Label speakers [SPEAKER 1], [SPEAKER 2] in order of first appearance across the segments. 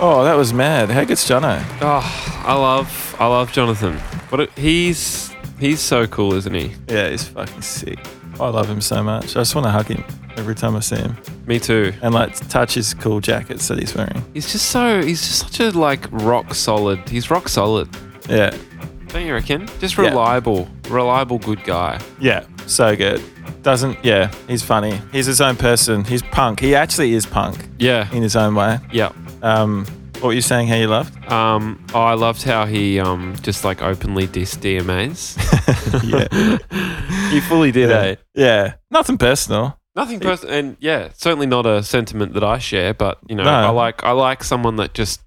[SPEAKER 1] Oh, that was mad. How good's Jono?
[SPEAKER 2] Oh, I love, I love Jonathan. What a, he's he's so cool, isn't he?
[SPEAKER 1] Yeah, he's fucking sick. I love him so much. I just want to hug him every time I see him
[SPEAKER 2] Me too.
[SPEAKER 1] and like touch his cool jackets that he's wearing.
[SPEAKER 2] He's just so, he's just such a like rock solid. He's rock solid.
[SPEAKER 1] Yeah,
[SPEAKER 2] Don't you reckon? Just
[SPEAKER 1] Yeah.
[SPEAKER 2] reliable, reliable, good guy.
[SPEAKER 1] yeah, so good. Doesn't, yeah, he's funny. He's his own person. He's punk. He actually is punk
[SPEAKER 2] Yeah,
[SPEAKER 1] in his own way.
[SPEAKER 2] yeah.
[SPEAKER 1] Um, what were you saying? How you loved?
[SPEAKER 2] Um, oh, I loved how he um just like openly dissed DMAs.
[SPEAKER 1] yeah,
[SPEAKER 2] he fully did, eh?
[SPEAKER 1] yeah, nothing personal.
[SPEAKER 2] Nothing personal, and yeah, certainly not a sentiment that I share. But you know,
[SPEAKER 1] No.
[SPEAKER 2] I like I like someone that just.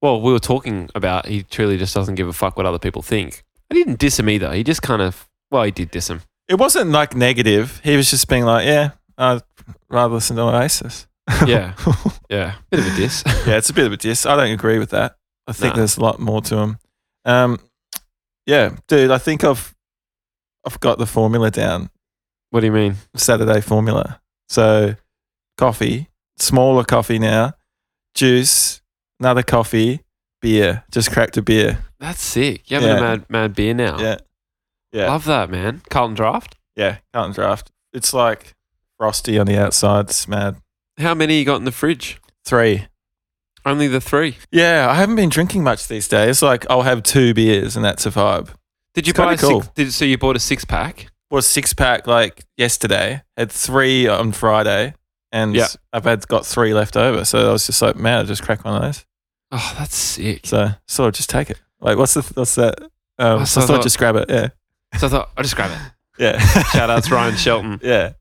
[SPEAKER 2] Well, we were talking about he truly just doesn't give a fuck what other people think. I didn't diss him either. He just kind of well, he did diss him.
[SPEAKER 1] It wasn't like negative. He was just being like, yeah, I'd rather listen to Oasis.
[SPEAKER 2] Yeah, yeah, bit of a diss.
[SPEAKER 1] Yeah, it's a bit of a diss. I don't agree with that. I think
[SPEAKER 2] Nah.
[SPEAKER 1] there's a lot more to him. Um, yeah, dude, I think I've I've got the formula down.
[SPEAKER 2] what do you mean?
[SPEAKER 1] Saturday formula. So coffee, smaller coffee now, juice, another coffee, beer. Just cracked a beer.
[SPEAKER 2] That's sick. You having
[SPEAKER 1] Yeah.
[SPEAKER 2] a mad mad beer now?
[SPEAKER 1] Yeah, yeah,
[SPEAKER 2] Love that, man. Carlton Draft.
[SPEAKER 1] yeah. Can't draft. It's like frosty on the outside. It's mad.
[SPEAKER 2] How many you got in the fridge?
[SPEAKER 1] Three.
[SPEAKER 2] Only the three.
[SPEAKER 1] Yeah, I haven't been drinking much these days. Like I'll have two beers and that's a vibe.
[SPEAKER 2] Did you
[SPEAKER 1] It's
[SPEAKER 2] buy
[SPEAKER 1] kinda
[SPEAKER 2] a six,
[SPEAKER 1] cool.
[SPEAKER 2] did, so you bought a six pack?
[SPEAKER 1] was six pack like yesterday. Had three on Friday, and
[SPEAKER 2] Yeah.
[SPEAKER 1] I've had got three left over. So I was just like, man, I just crack one of those.
[SPEAKER 2] Oh, that's sick. So
[SPEAKER 1] So sort of just take it. Like, what's the what's that? Um,
[SPEAKER 2] I
[SPEAKER 1] so I
[SPEAKER 2] saw
[SPEAKER 1] thought
[SPEAKER 2] that.
[SPEAKER 1] just grab it. Yeah,
[SPEAKER 2] I thought I'll just grab it.
[SPEAKER 1] yeah.
[SPEAKER 2] Shout out to Ryan Shelton.
[SPEAKER 1] Yeah,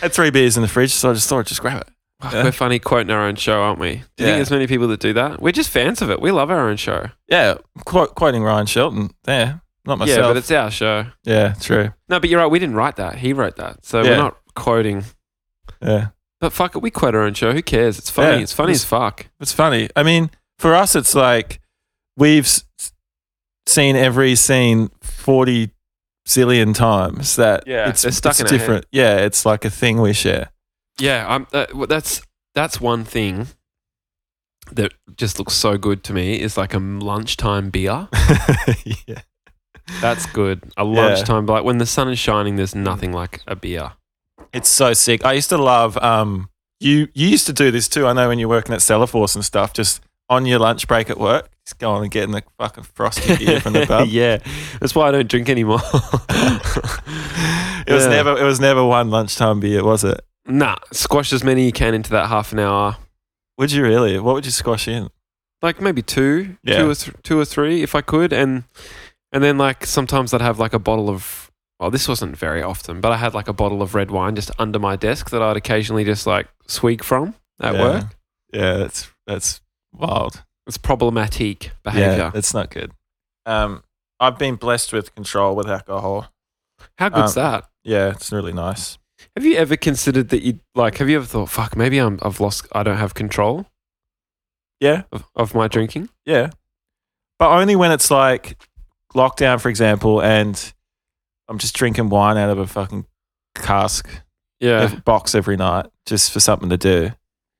[SPEAKER 1] had three beers in the fridge, so I just thought just grab it.
[SPEAKER 2] Fuck,
[SPEAKER 1] Yeah.
[SPEAKER 2] We're funny quoting our own show, aren't we? Do you
[SPEAKER 1] Yeah.
[SPEAKER 2] think there's many people that do that? We're just fans of it. We love our own show.
[SPEAKER 1] Yeah, quote, quoting Ryan Shelton. There, not
[SPEAKER 2] Yeah,
[SPEAKER 1] myself.
[SPEAKER 2] but it's our show.
[SPEAKER 1] yeah, true.
[SPEAKER 2] No, but you're right. We didn't write that. He wrote that. So
[SPEAKER 1] Yeah.
[SPEAKER 2] we're not quoting.
[SPEAKER 1] Yeah,
[SPEAKER 2] But fuck it, we quote our own show. Who cares? It's funny.
[SPEAKER 1] Yeah.
[SPEAKER 2] It's funny
[SPEAKER 1] It's-
[SPEAKER 2] as fuck.
[SPEAKER 1] it's funny. I mean, for us, it's like we've s- seen every scene forty zillion times. That
[SPEAKER 2] Yeah,
[SPEAKER 1] it's
[SPEAKER 2] they're stuck
[SPEAKER 1] it's
[SPEAKER 2] in our head.
[SPEAKER 1] different. Yeah, it's like a thing we share.
[SPEAKER 2] Yeah, I'm, uh, well, that's that's one thing that just looks so good to me is like a lunchtime beer.
[SPEAKER 1] yeah,
[SPEAKER 2] That's good. A lunchtime, like when the sun is shining, there's nothing like a beer.
[SPEAKER 1] it's so sick. I used to love. Um, you you used to do this too. I know when you're working at Sellaforce and stuff, just on your lunch break at work, just go on and getting the fucking frosty beer from the pub.
[SPEAKER 2] yeah, that's why I don't drink anymore.
[SPEAKER 1] It was
[SPEAKER 2] Yeah.
[SPEAKER 1] never it was never one lunchtime beer, was it?
[SPEAKER 2] Nah, squash as many you can into that half an hour.
[SPEAKER 1] Would you really? What would you squash in?
[SPEAKER 2] Like maybe two,
[SPEAKER 1] Yeah.
[SPEAKER 2] two or th- two or three if I could, and and then like sometimes I'd have like a bottle of. Well, this wasn't very often, but I had like a bottle of red wine just under my desk that I'd occasionally just like swig from at
[SPEAKER 1] Yeah.
[SPEAKER 2] work.
[SPEAKER 1] Yeah, that's that's wild.
[SPEAKER 2] It's problematic behavior.
[SPEAKER 1] it's not good. Um, I've been blessed with control with alcohol.
[SPEAKER 2] How
[SPEAKER 1] Um,
[SPEAKER 2] good's that?
[SPEAKER 1] Yeah, it's really nice.
[SPEAKER 2] Have you ever considered that you like? Have you ever thought, "Fuck, maybe I'm, I've lost. I don't have control
[SPEAKER 1] Yeah,
[SPEAKER 2] of, of my drinking."
[SPEAKER 1] Yeah. But only when it's like lockdown, for example, and I'm just drinking wine out of a fucking cask
[SPEAKER 2] Yeah,
[SPEAKER 1] ev- box every night just for something to do.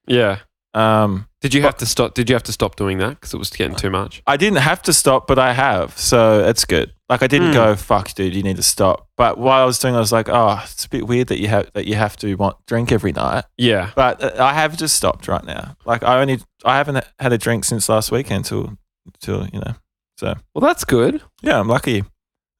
[SPEAKER 2] yeah.
[SPEAKER 1] Um,
[SPEAKER 2] Did you have to stop? Did you have to stop doing that because it was
[SPEAKER 1] Uh,
[SPEAKER 2] getting too much?
[SPEAKER 1] I didn't have to stop, but I have. So it's good. Like I didn't
[SPEAKER 2] Hmm.
[SPEAKER 1] go, fuck, dude, you need to stop. But while I was doing, it, I was like, oh, it's a bit weird that you have that you have to want drink every night.
[SPEAKER 2] Yeah,
[SPEAKER 1] But uh, I have just stopped right now. Like I only, I haven't had a drink since last weekend till, till you know,
[SPEAKER 2] Well, that's good.
[SPEAKER 1] Yeah, I'm lucky.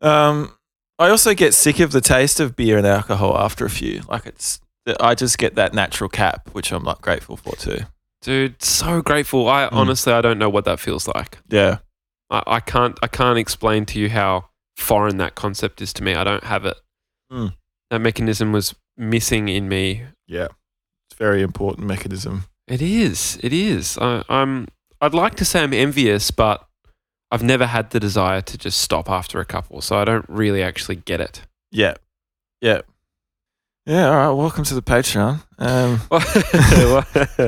[SPEAKER 1] Um, I also get sick of the taste of beer and alcohol after a few. Like it's, I just get that natural cap, which I'm not grateful for too.
[SPEAKER 2] Dude, so grateful. I honestly I don't know what that feels like.
[SPEAKER 1] Yeah,
[SPEAKER 2] I, I can't I can't explain to you how foreign that concept is to me. I don't have it. Hmm.
[SPEAKER 1] Mm.
[SPEAKER 2] That mechanism was missing in me.
[SPEAKER 1] it's a very important mechanism.
[SPEAKER 2] It is. It is. I, I'm I'd like to say I'm envious, but I've never had the desire to just stop after a couple, so I don't really actually get it.
[SPEAKER 1] Yeah, yeah, yeah. All right, welcome to the Patreon. Um,
[SPEAKER 2] yeah.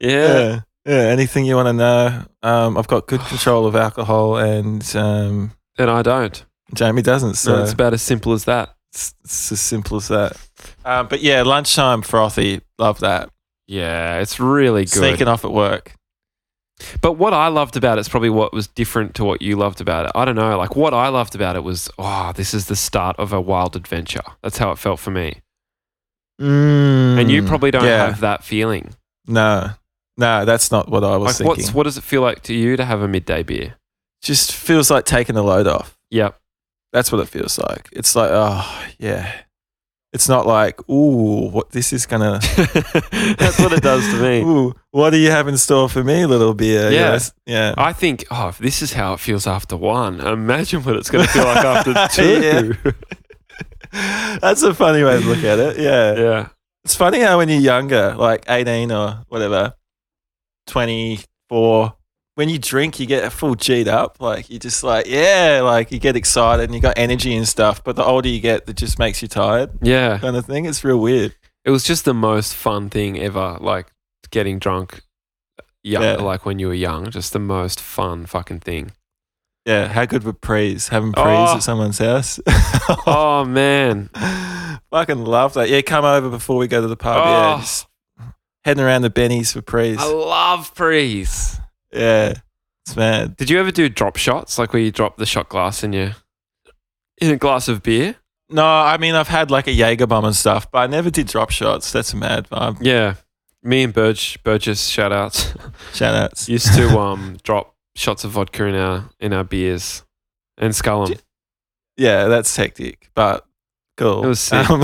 [SPEAKER 1] yeah, yeah. Anything you want to know? Um, I've got good control of alcohol, and um,
[SPEAKER 2] And I don't.
[SPEAKER 1] Jamie doesn't. So
[SPEAKER 2] So it's about as simple as that.
[SPEAKER 1] It's, it's as simple as that. Um, but yeah, lunchtime frothy, love that.
[SPEAKER 2] Yeah, it's really good.
[SPEAKER 1] Sneaking off at work.
[SPEAKER 2] But what I loved about it's probably what was different to what you loved about it. I don't know. Like what I loved about it was, oh, this is the start of a wild adventure. That's how it felt for me. And you probably don't
[SPEAKER 1] yeah.
[SPEAKER 2] have that feeling.
[SPEAKER 1] No, no, that's not what I was
[SPEAKER 2] Like
[SPEAKER 1] thinking.
[SPEAKER 2] what's what does it feel like to you to have a midday beer?
[SPEAKER 1] Just feels like taking the load off.
[SPEAKER 2] Yep.
[SPEAKER 1] That's what it feels like. It's like, oh yeah. It's not like, ooh, what this is gonna.
[SPEAKER 2] That's what it does to me.
[SPEAKER 1] Ooh, what do you have in store for me, little beer?
[SPEAKER 2] Yeah.
[SPEAKER 1] Yes. yeah.
[SPEAKER 2] I think, oh, if this is how it feels after one, imagine what it's going to feel like after two.
[SPEAKER 1] That's a funny way to look at it. Yeah.
[SPEAKER 2] yeah.
[SPEAKER 1] It's funny how when you're younger, like 18 or whatever, 24, when you drink, you get full G'd up. Like, you're just like, yeah, like you get excited and you got energy and stuff. But the older you get, that just makes you tired
[SPEAKER 2] Yeah.
[SPEAKER 1] kind of thing. It's real weird.
[SPEAKER 2] It was just the most fun thing ever. Like getting drunk, young,
[SPEAKER 1] Yeah.
[SPEAKER 2] like when you were young, just the most fun fucking thing.
[SPEAKER 1] Yeah. How good were prees? Having prees
[SPEAKER 2] Oh.
[SPEAKER 1] at someone's house.
[SPEAKER 2] Oh man,
[SPEAKER 1] Fucking love that. Yeah. Come over before we go to the pub. Yeah.
[SPEAKER 2] Oh.
[SPEAKER 1] Just heading around the Bennies for prees.
[SPEAKER 2] I love prees.
[SPEAKER 1] Yeah. It's mad.
[SPEAKER 2] Did you ever do drop shots, like where you drop the shot glass in your in a glass of beer?
[SPEAKER 1] No, I mean I've had like a Jaeger bomb and stuff, but I never did drop shots. That's mad. Um,
[SPEAKER 2] Yeah, me and Burge, Burgess, shout outs,
[SPEAKER 1] shout outs.
[SPEAKER 2] used to um drop shots of vodka in our in our beers and scull 'em.
[SPEAKER 1] Gee- Yeah, that's hectic, but cool.
[SPEAKER 2] It was sick.
[SPEAKER 1] Um,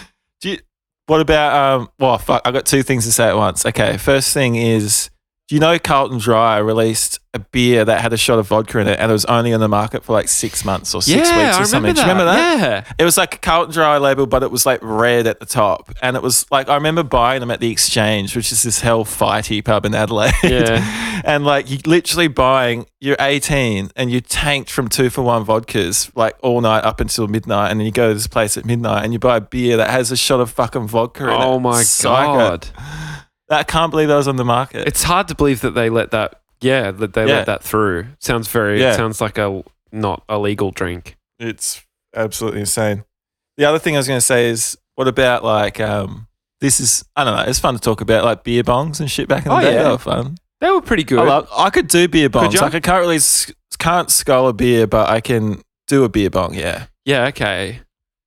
[SPEAKER 1] do you, what about um? Well, fuck. I got two things to say at once. Okay, first thing is, do you know Carlton Dry released a beer that had a shot of vodka in it, and it was only on the market for like six months or six weeks or something? Do you remember that?
[SPEAKER 2] Yeah.
[SPEAKER 1] It was like a Carlton Dry label, but it was like red at the top. And it was like, I remember buying them at the Exchange, which is this hell fighty pub in Adelaide.
[SPEAKER 2] Yeah.
[SPEAKER 1] and like, you literally buying, you're 18 and you tanked from two for one vodkas like all night up until midnight. And then you go to this place at midnight and you buy a beer that has a shot of fucking vodka in it.
[SPEAKER 2] Oh my
[SPEAKER 1] Psycho.
[SPEAKER 2] god,
[SPEAKER 1] I can't believe that was on the market.
[SPEAKER 2] it's hard to believe that they let that. Yeah, that they
[SPEAKER 1] Yeah.
[SPEAKER 2] let that through. Sounds very.
[SPEAKER 1] Yeah.
[SPEAKER 2] Sounds like a not a legal drink.
[SPEAKER 1] it's absolutely insane. The other thing I was going to say is, what about like um, this is I don't know. It's fun to talk about like beer bongs and shit back in the
[SPEAKER 2] Oh,
[SPEAKER 1] day.
[SPEAKER 2] yeah.
[SPEAKER 1] They were fun.
[SPEAKER 2] They were pretty good.
[SPEAKER 1] I, love, I could do beer bongs.
[SPEAKER 2] you?
[SPEAKER 1] Like I can't really s- can't skull a beer, but I can do a beer bong. Yeah,
[SPEAKER 2] Yeah, okay.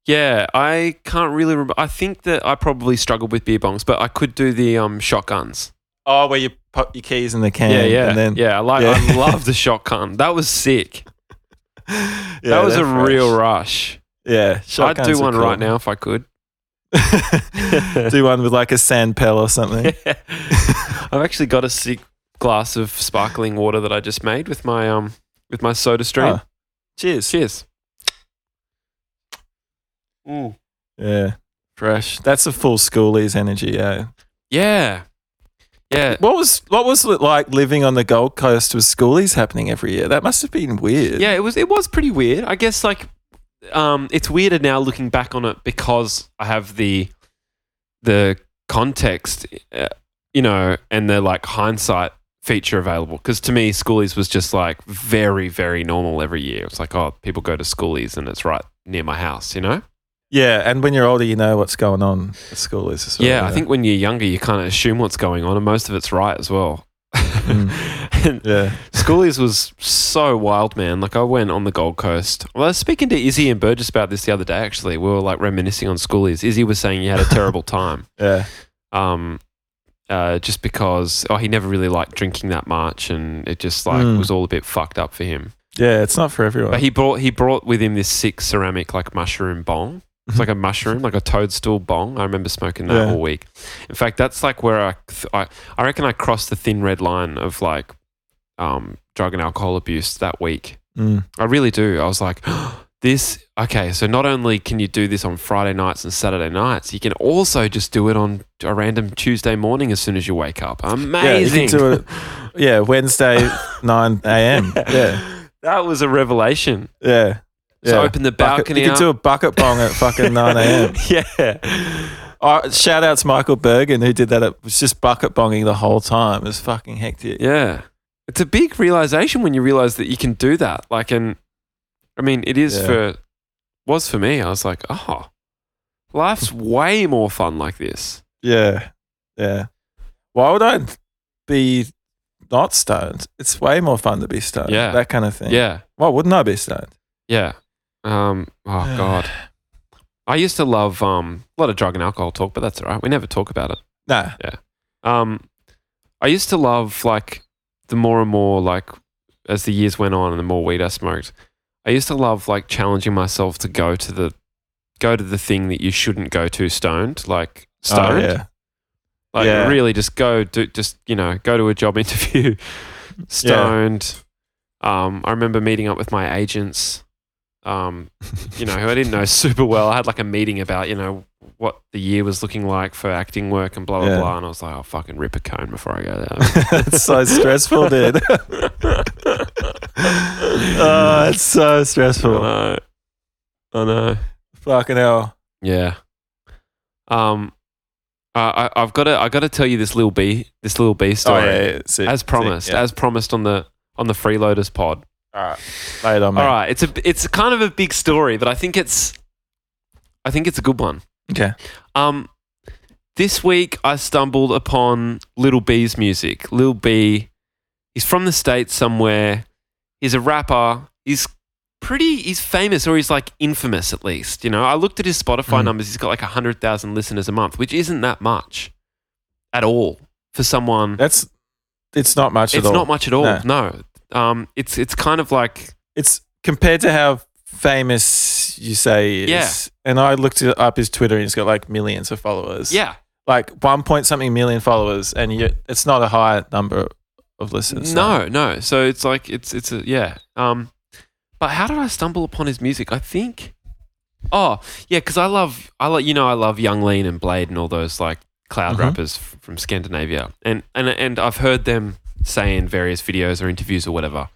[SPEAKER 2] Yeah, I can't really remember. I think that I probably struggled with beer bongs, but I could do the um shotguns.
[SPEAKER 1] oh, where you pop your keys in the can.
[SPEAKER 2] yeah, yeah.
[SPEAKER 1] and then
[SPEAKER 2] yeah, I like
[SPEAKER 1] yeah.
[SPEAKER 2] I love the shotgun. That was sick.
[SPEAKER 1] yeah,
[SPEAKER 2] that was a
[SPEAKER 1] they're fresh.
[SPEAKER 2] real rush.
[SPEAKER 1] yeah.
[SPEAKER 2] I'd
[SPEAKER 1] shotguns
[SPEAKER 2] do
[SPEAKER 1] are
[SPEAKER 2] one
[SPEAKER 1] cool.
[SPEAKER 2] right now if I could.
[SPEAKER 1] do one with like a sand pel or something.
[SPEAKER 2] I've actually got a sick glass of sparkling water that I just made with my um with my soda stream.
[SPEAKER 1] Oh, Cheers.
[SPEAKER 2] Cheers.
[SPEAKER 1] Yeah, fresh. That's a full schoolies energy. Yeah.
[SPEAKER 2] Yeah. Yeah.
[SPEAKER 1] What was what was it like living on the Gold Coast with schoolies happening every year? That must have been weird.
[SPEAKER 2] yeah it was it was pretty weird i guess like um it's weirder now looking back on it because i have the the context uh, you know and the like hindsight feature available because to me schoolies was just like very very normal every year it's like oh people go to schoolies and it's right near my house you know
[SPEAKER 1] yeah. And when you're older, you know what's going on at schoolies. As well,
[SPEAKER 2] yeah i think when you're younger you kind of assume what's going on and most of it's right as well and
[SPEAKER 1] Yeah,
[SPEAKER 2] Schoolies was so wild, man. Like I went on the Gold Coast. Well, I was speaking to Izzy and Burgess about this the other day. Actually, we were like reminiscing on Schoolies. Izzy was saying he had a terrible time,
[SPEAKER 1] yeah,
[SPEAKER 2] um, uh, just because oh he never really liked drinking that much, and it just like
[SPEAKER 1] Mm.
[SPEAKER 2] was all a bit fucked up for him.
[SPEAKER 1] yeah. It's not for everyone.
[SPEAKER 2] But he brought he brought with him this sick ceramic like mushroom bong. It's like a mushroom, like a toadstool bong. I remember smoking that
[SPEAKER 1] Yeah.
[SPEAKER 2] all week. In fact, that's like where I, I I reckon I crossed the thin red line of like um, drug and alcohol abuse that week.
[SPEAKER 1] Mm.
[SPEAKER 2] I really do. I was like, this okay. So not only can you do this on Friday nights and Saturday nights, you can also just do it on a random Tuesday morning as soon as you wake up.
[SPEAKER 1] Yeah, you
[SPEAKER 2] Amazing.
[SPEAKER 1] can do it. Yeah, Wednesday, nine a.m. Yeah,
[SPEAKER 2] That was a revelation.
[SPEAKER 1] yeah. yeah.
[SPEAKER 2] So open the
[SPEAKER 1] Bucket-
[SPEAKER 2] balcony.
[SPEAKER 1] You can
[SPEAKER 2] up.
[SPEAKER 1] do a bucket bong at fucking nine a.m.
[SPEAKER 2] yeah.
[SPEAKER 1] Oh, shout out to Michael Bergen who did that. It was just bucket bonging the whole time. It was fucking hectic.
[SPEAKER 2] Yeah. It's a big realization when you realize that you can do that. Like, and I mean, it is
[SPEAKER 1] Yeah.
[SPEAKER 2] for, was for me. I was like, oh, life's way more fun like this.
[SPEAKER 1] Yeah, yeah. why would I be not stoned? It's way more fun to be stoned.
[SPEAKER 2] Yeah.
[SPEAKER 1] That kind of thing.
[SPEAKER 2] Yeah.
[SPEAKER 1] Why wouldn't I be stoned?
[SPEAKER 2] Yeah. Um, oh God. I used to love um, a lot of drug and alcohol talk, but that's all right. We never talk about it.
[SPEAKER 1] Nah.
[SPEAKER 2] Um, I used to love like the more and more like as the years went on and the more weed I smoked, I used to love like challenging myself to go to the go to the thing that you shouldn't go to stoned, like
[SPEAKER 1] Oh,
[SPEAKER 2] stoned.
[SPEAKER 1] yeah.
[SPEAKER 2] Like
[SPEAKER 1] Yeah.
[SPEAKER 2] really just go do just, you know, go to a job interview stoned. Um, I remember meeting up with my agents, um, you know, who I didn't know super well. I had like a meeting about, you know, what the year was looking like for acting work and blah blah
[SPEAKER 1] Yeah.
[SPEAKER 2] blah. And I was like, I'll fucking rip a cone before I go there.
[SPEAKER 1] it's so stressful, dude. oh, it's so stressful.
[SPEAKER 2] I know. I know.
[SPEAKER 1] Fucking hell.
[SPEAKER 2] Yeah. Um I, I I've gotta I gotta tell you this little B this little B
[SPEAKER 1] Oh,
[SPEAKER 2] story.
[SPEAKER 1] yeah, yeah, sick,
[SPEAKER 2] As
[SPEAKER 1] sick,
[SPEAKER 2] promised.
[SPEAKER 1] yeah.
[SPEAKER 2] As promised on the on the freeloaders pod.
[SPEAKER 1] All right. Lay it on,
[SPEAKER 2] All
[SPEAKER 1] mate.
[SPEAKER 2] right, it's a it's kind of a big story, but I think it's I think it's a good one.
[SPEAKER 1] Okay.
[SPEAKER 2] Um, this week I stumbled upon Little B's music. Little B, he's from the states somewhere. He's a rapper. He's pretty. He's famous, or he's like infamous at least. You know, I looked at his Spotify
[SPEAKER 1] Mm.
[SPEAKER 2] numbers. He's got like hundred thousand listeners a month, which isn't that much at all for someone.
[SPEAKER 1] That's, it's not much
[SPEAKER 2] It's
[SPEAKER 1] at all.
[SPEAKER 2] not much at all. No. Um, it's it's kind of like
[SPEAKER 1] it's compared to how famous you say he is.
[SPEAKER 2] Yeah.
[SPEAKER 1] And I looked it up his Twitter and he's got like millions of followers.
[SPEAKER 2] yeah.
[SPEAKER 1] Like one point something million followers and you, it's not a high number of listeners.
[SPEAKER 2] No, no. So it's like it's it's a yeah. Um, but how did I stumble upon his music? I think, oh yeah, because I love I like you know I love Young Lean and Blade and all those like cloud
[SPEAKER 1] Mhm.
[SPEAKER 2] rappers f- from Scandinavia, and and and I've heard them say in various videos or interviews or whatever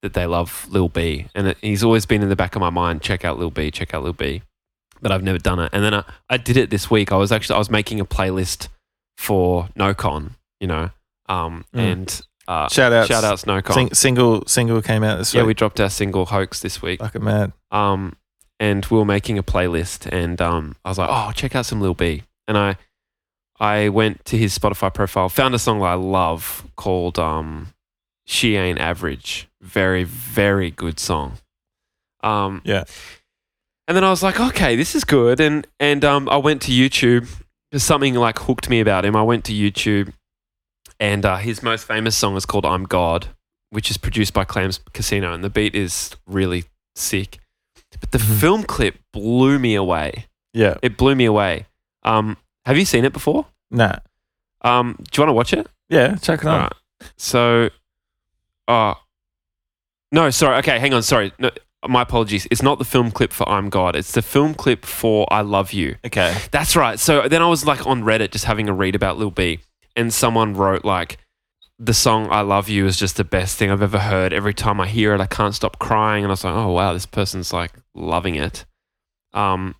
[SPEAKER 2] that they love Lil B, and it, he's always been in the back of my mind. Check out Lil B, check out Lil B, but I've never done it. And then I, I did it this week. I was actually I was making a playlist for NoCon, you know, um,
[SPEAKER 1] Mm.
[SPEAKER 2] and uh,
[SPEAKER 1] Shout out.
[SPEAKER 2] Shout out Snowcon.
[SPEAKER 1] Sing, single single came out this
[SPEAKER 2] yeah, we
[SPEAKER 1] week.
[SPEAKER 2] dropped our single hoax this week.
[SPEAKER 1] Fucking mad.
[SPEAKER 2] Um, and we were making a playlist, and um, I was like, oh, check out some Lil B. And I, I went to his Spotify profile, found a song that I love called um, "She Ain't Average." Very, very good song. Um,
[SPEAKER 1] Yeah.
[SPEAKER 2] And then I was like, okay, this is good. And and um, I went to YouTube. There's something like hooked me about him. I went to YouTube, and uh, his most famous song is called "I'm God," which is produced by Clams Casino, and the beat is really sick. But the
[SPEAKER 1] Mhm.
[SPEAKER 2] film clip blew me away.
[SPEAKER 1] Yeah.
[SPEAKER 2] It blew me away. Um, have you seen it before?
[SPEAKER 1] Nah.
[SPEAKER 2] Um, do you want to watch it?
[SPEAKER 1] Yeah, check it out.
[SPEAKER 2] Alright. So, uh, no, sorry. Okay, hang on. Sorry. No, my apologies. It's not the film clip for I'm God. It's the film clip for I Love You.
[SPEAKER 1] Okay.
[SPEAKER 2] That's right. So then I was like on Reddit just having a read about Lil B, and someone wrote like, the song I Love You is just the best thing I've ever heard. Every time I hear it, I can't stop crying. And I was like, oh, wow, this person's like loving it. Um,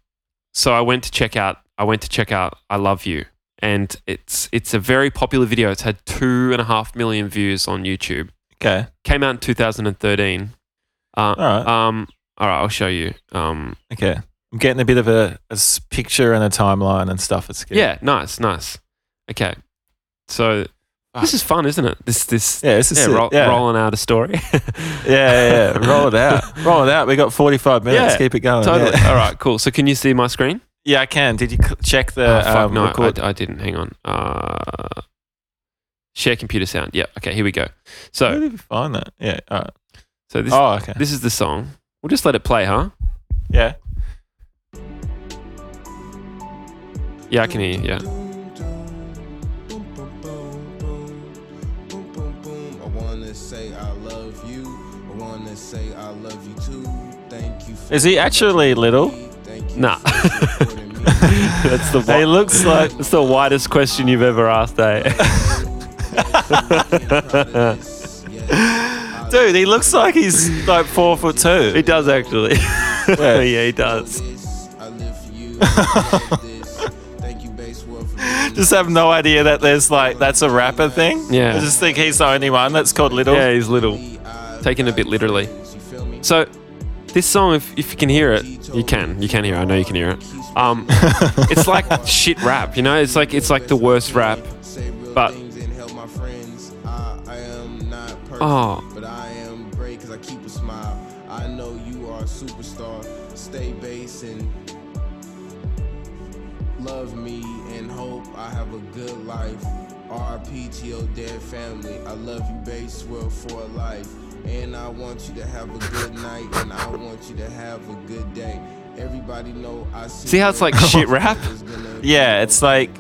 [SPEAKER 2] so I went to check out, I went to check out I Love You. And it's, it's a very popular video. It's had two and a half million views on YouTube.
[SPEAKER 1] Okay.
[SPEAKER 2] Came out in 2013. Uh,
[SPEAKER 1] All right.
[SPEAKER 2] um, all right, I'll show you. Um,
[SPEAKER 1] Okay. I'm getting a bit of a, a s- picture and a timeline and stuff. It's good.
[SPEAKER 2] Yeah, nice, nice. Okay, so this is fun, isn't it? This this
[SPEAKER 1] Yeah, this is
[SPEAKER 2] yeah,
[SPEAKER 1] it.
[SPEAKER 2] roll,
[SPEAKER 1] yeah.
[SPEAKER 2] rolling out a story.
[SPEAKER 1] yeah, yeah, yeah. Roll it out. Roll it out. We got 45 minutes.
[SPEAKER 2] Oh, Yeah,
[SPEAKER 1] Keep it going.
[SPEAKER 2] totally.
[SPEAKER 1] Yeah.
[SPEAKER 2] All right, cool. So can you see my screen?
[SPEAKER 1] Yeah, I can. Did you cl- check the
[SPEAKER 2] Oh, fuck,
[SPEAKER 1] um,
[SPEAKER 2] no, I,
[SPEAKER 1] record?
[SPEAKER 2] I didn't. Hang on. Uh, share computer sound. Yeah. Okay. Here we go.
[SPEAKER 1] Where
[SPEAKER 2] So
[SPEAKER 1] Oh, did you find that? Yeah. All right.
[SPEAKER 2] so this
[SPEAKER 1] oh, okay.
[SPEAKER 2] this is the song. We'll just let it play, huh?
[SPEAKER 1] yeah.
[SPEAKER 2] Yeah, I can hear you. Yeah.
[SPEAKER 3] Boom, boom, boom, boom. Boom, boom, boom. I wanna say I love you. I wanna say I love you too. Thank you. For
[SPEAKER 1] Is he actually little?
[SPEAKER 3] Thank you
[SPEAKER 2] Nah.
[SPEAKER 3] for supporting me.
[SPEAKER 2] That's the.
[SPEAKER 1] He looks like.
[SPEAKER 2] That's the widest question you've ever asked, eh?
[SPEAKER 3] Yes, I
[SPEAKER 1] Dude, he looks like he's like four foot two.
[SPEAKER 2] he does actually. yeah, he does.
[SPEAKER 3] this. I live for you. I love this. Thank you, Baseworld, for doing
[SPEAKER 1] Just have no idea that there's like that's a rapper thing.
[SPEAKER 2] Yeah.
[SPEAKER 1] I just think he's the only one that's called Little.
[SPEAKER 2] Yeah, he's little.
[SPEAKER 3] me. I
[SPEAKER 2] Taken a bit literally.
[SPEAKER 3] love you, you feel me?
[SPEAKER 2] So, this song, if, if you can hear it, you can. You can hear. It. I know you can hear it. Um, it's like shit rap, you know. It's like it's like the worst rap.
[SPEAKER 3] Say real
[SPEAKER 2] But-
[SPEAKER 3] things and help my friends. I, I am not perfect,
[SPEAKER 2] Oh.
[SPEAKER 3] Ah. but I am great because I keep a smile. I know you are a superstar. Stay base and love me and hope I have a good life. RIP to your dead family. I love you, base world for life. And I want you to have a good night, and I want you to have a good day. Everybody know I see.
[SPEAKER 2] See how it's
[SPEAKER 3] where
[SPEAKER 2] like shit
[SPEAKER 1] rap?
[SPEAKER 3] is gonna
[SPEAKER 1] Yeah, it's like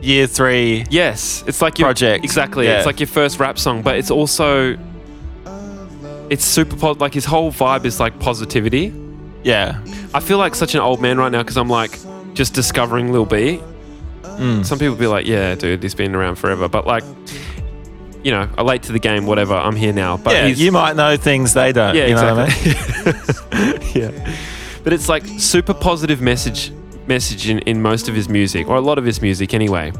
[SPEAKER 1] year three.
[SPEAKER 2] Yes, it's like your
[SPEAKER 1] Project,
[SPEAKER 2] Exactly,
[SPEAKER 1] yeah.
[SPEAKER 2] it's like your first rap song, but it's also it's super po- like his whole vibe is like positivity.
[SPEAKER 1] Yeah.
[SPEAKER 2] I feel like such an old man right now because I'm like just discovering Lil B.
[SPEAKER 1] Mm.
[SPEAKER 2] Some people be like, "Yeah, dude, he's been around forever," but like, you know, I late to the game, whatever. I'm here now, but
[SPEAKER 1] yeah,
[SPEAKER 2] he's,
[SPEAKER 1] you might know things they don't.
[SPEAKER 2] yeah,
[SPEAKER 1] you know what I mean?
[SPEAKER 2] exactly. yeah, but it's like super positive message message in, in most of his music or a lot of his music anyway.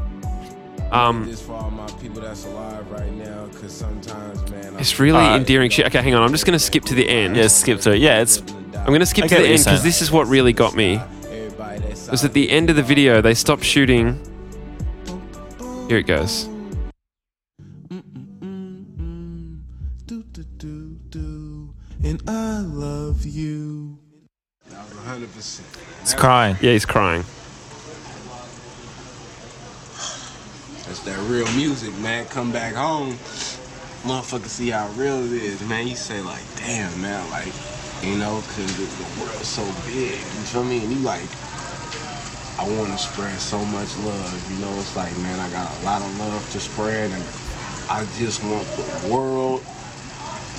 [SPEAKER 2] Um,
[SPEAKER 3] This for all my people that's alive right now, because sometimes, man, I
[SPEAKER 2] it's really
[SPEAKER 1] Uh,
[SPEAKER 2] endearing shit. Okay, hang on, I'm just gonna skip to the end.
[SPEAKER 1] Yeah, skip through. it. Yeah, it's
[SPEAKER 2] I'm gonna skip
[SPEAKER 1] I
[SPEAKER 2] to
[SPEAKER 1] get what
[SPEAKER 2] the
[SPEAKER 1] you're
[SPEAKER 2] end because
[SPEAKER 1] saying.
[SPEAKER 2] this is what really got me.
[SPEAKER 3] everybody that's
[SPEAKER 2] was at the end of the video they stopped shooting here it goes
[SPEAKER 3] do, do, do, do, and I love you.
[SPEAKER 1] it's crying.
[SPEAKER 2] yeah he's crying
[SPEAKER 3] That's that real music, man. Come back home. Motherfucker, see how real it is, man. You say, like, damn, man, like, you know, because the, the world's so big. You feel me? And you like, I want to spread so much love. You know, it's like, man, I got a lot of love to spread, and I just want the world.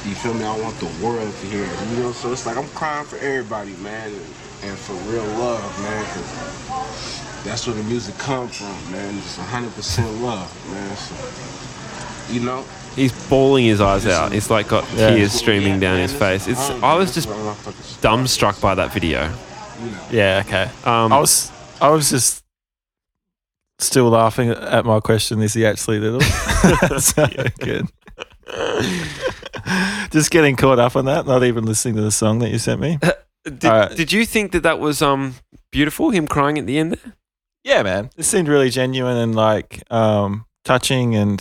[SPEAKER 3] You feel me? I want the world to hear it. You know, so it's like I'm crying for everybody, man, and, and for real love, man, 'cause that's where the music come from, man. Just 100% love, man. So, you know,
[SPEAKER 2] he's bawling his eyes out he's like got
[SPEAKER 1] Yeah.
[SPEAKER 2] tears streaming down his face it's
[SPEAKER 3] Um,
[SPEAKER 2] i was just dumbstruck by that video
[SPEAKER 1] Yeah, okay.
[SPEAKER 2] um
[SPEAKER 1] I was I was just still laughing at my question, is he actually little? so good. just getting caught up on that, not even listening to the song that you sent me.
[SPEAKER 2] did,
[SPEAKER 1] Alright.
[SPEAKER 2] did you think that that was um beautiful him crying at the end there
[SPEAKER 1] Yeah, man. It seemed really genuine and like um touching and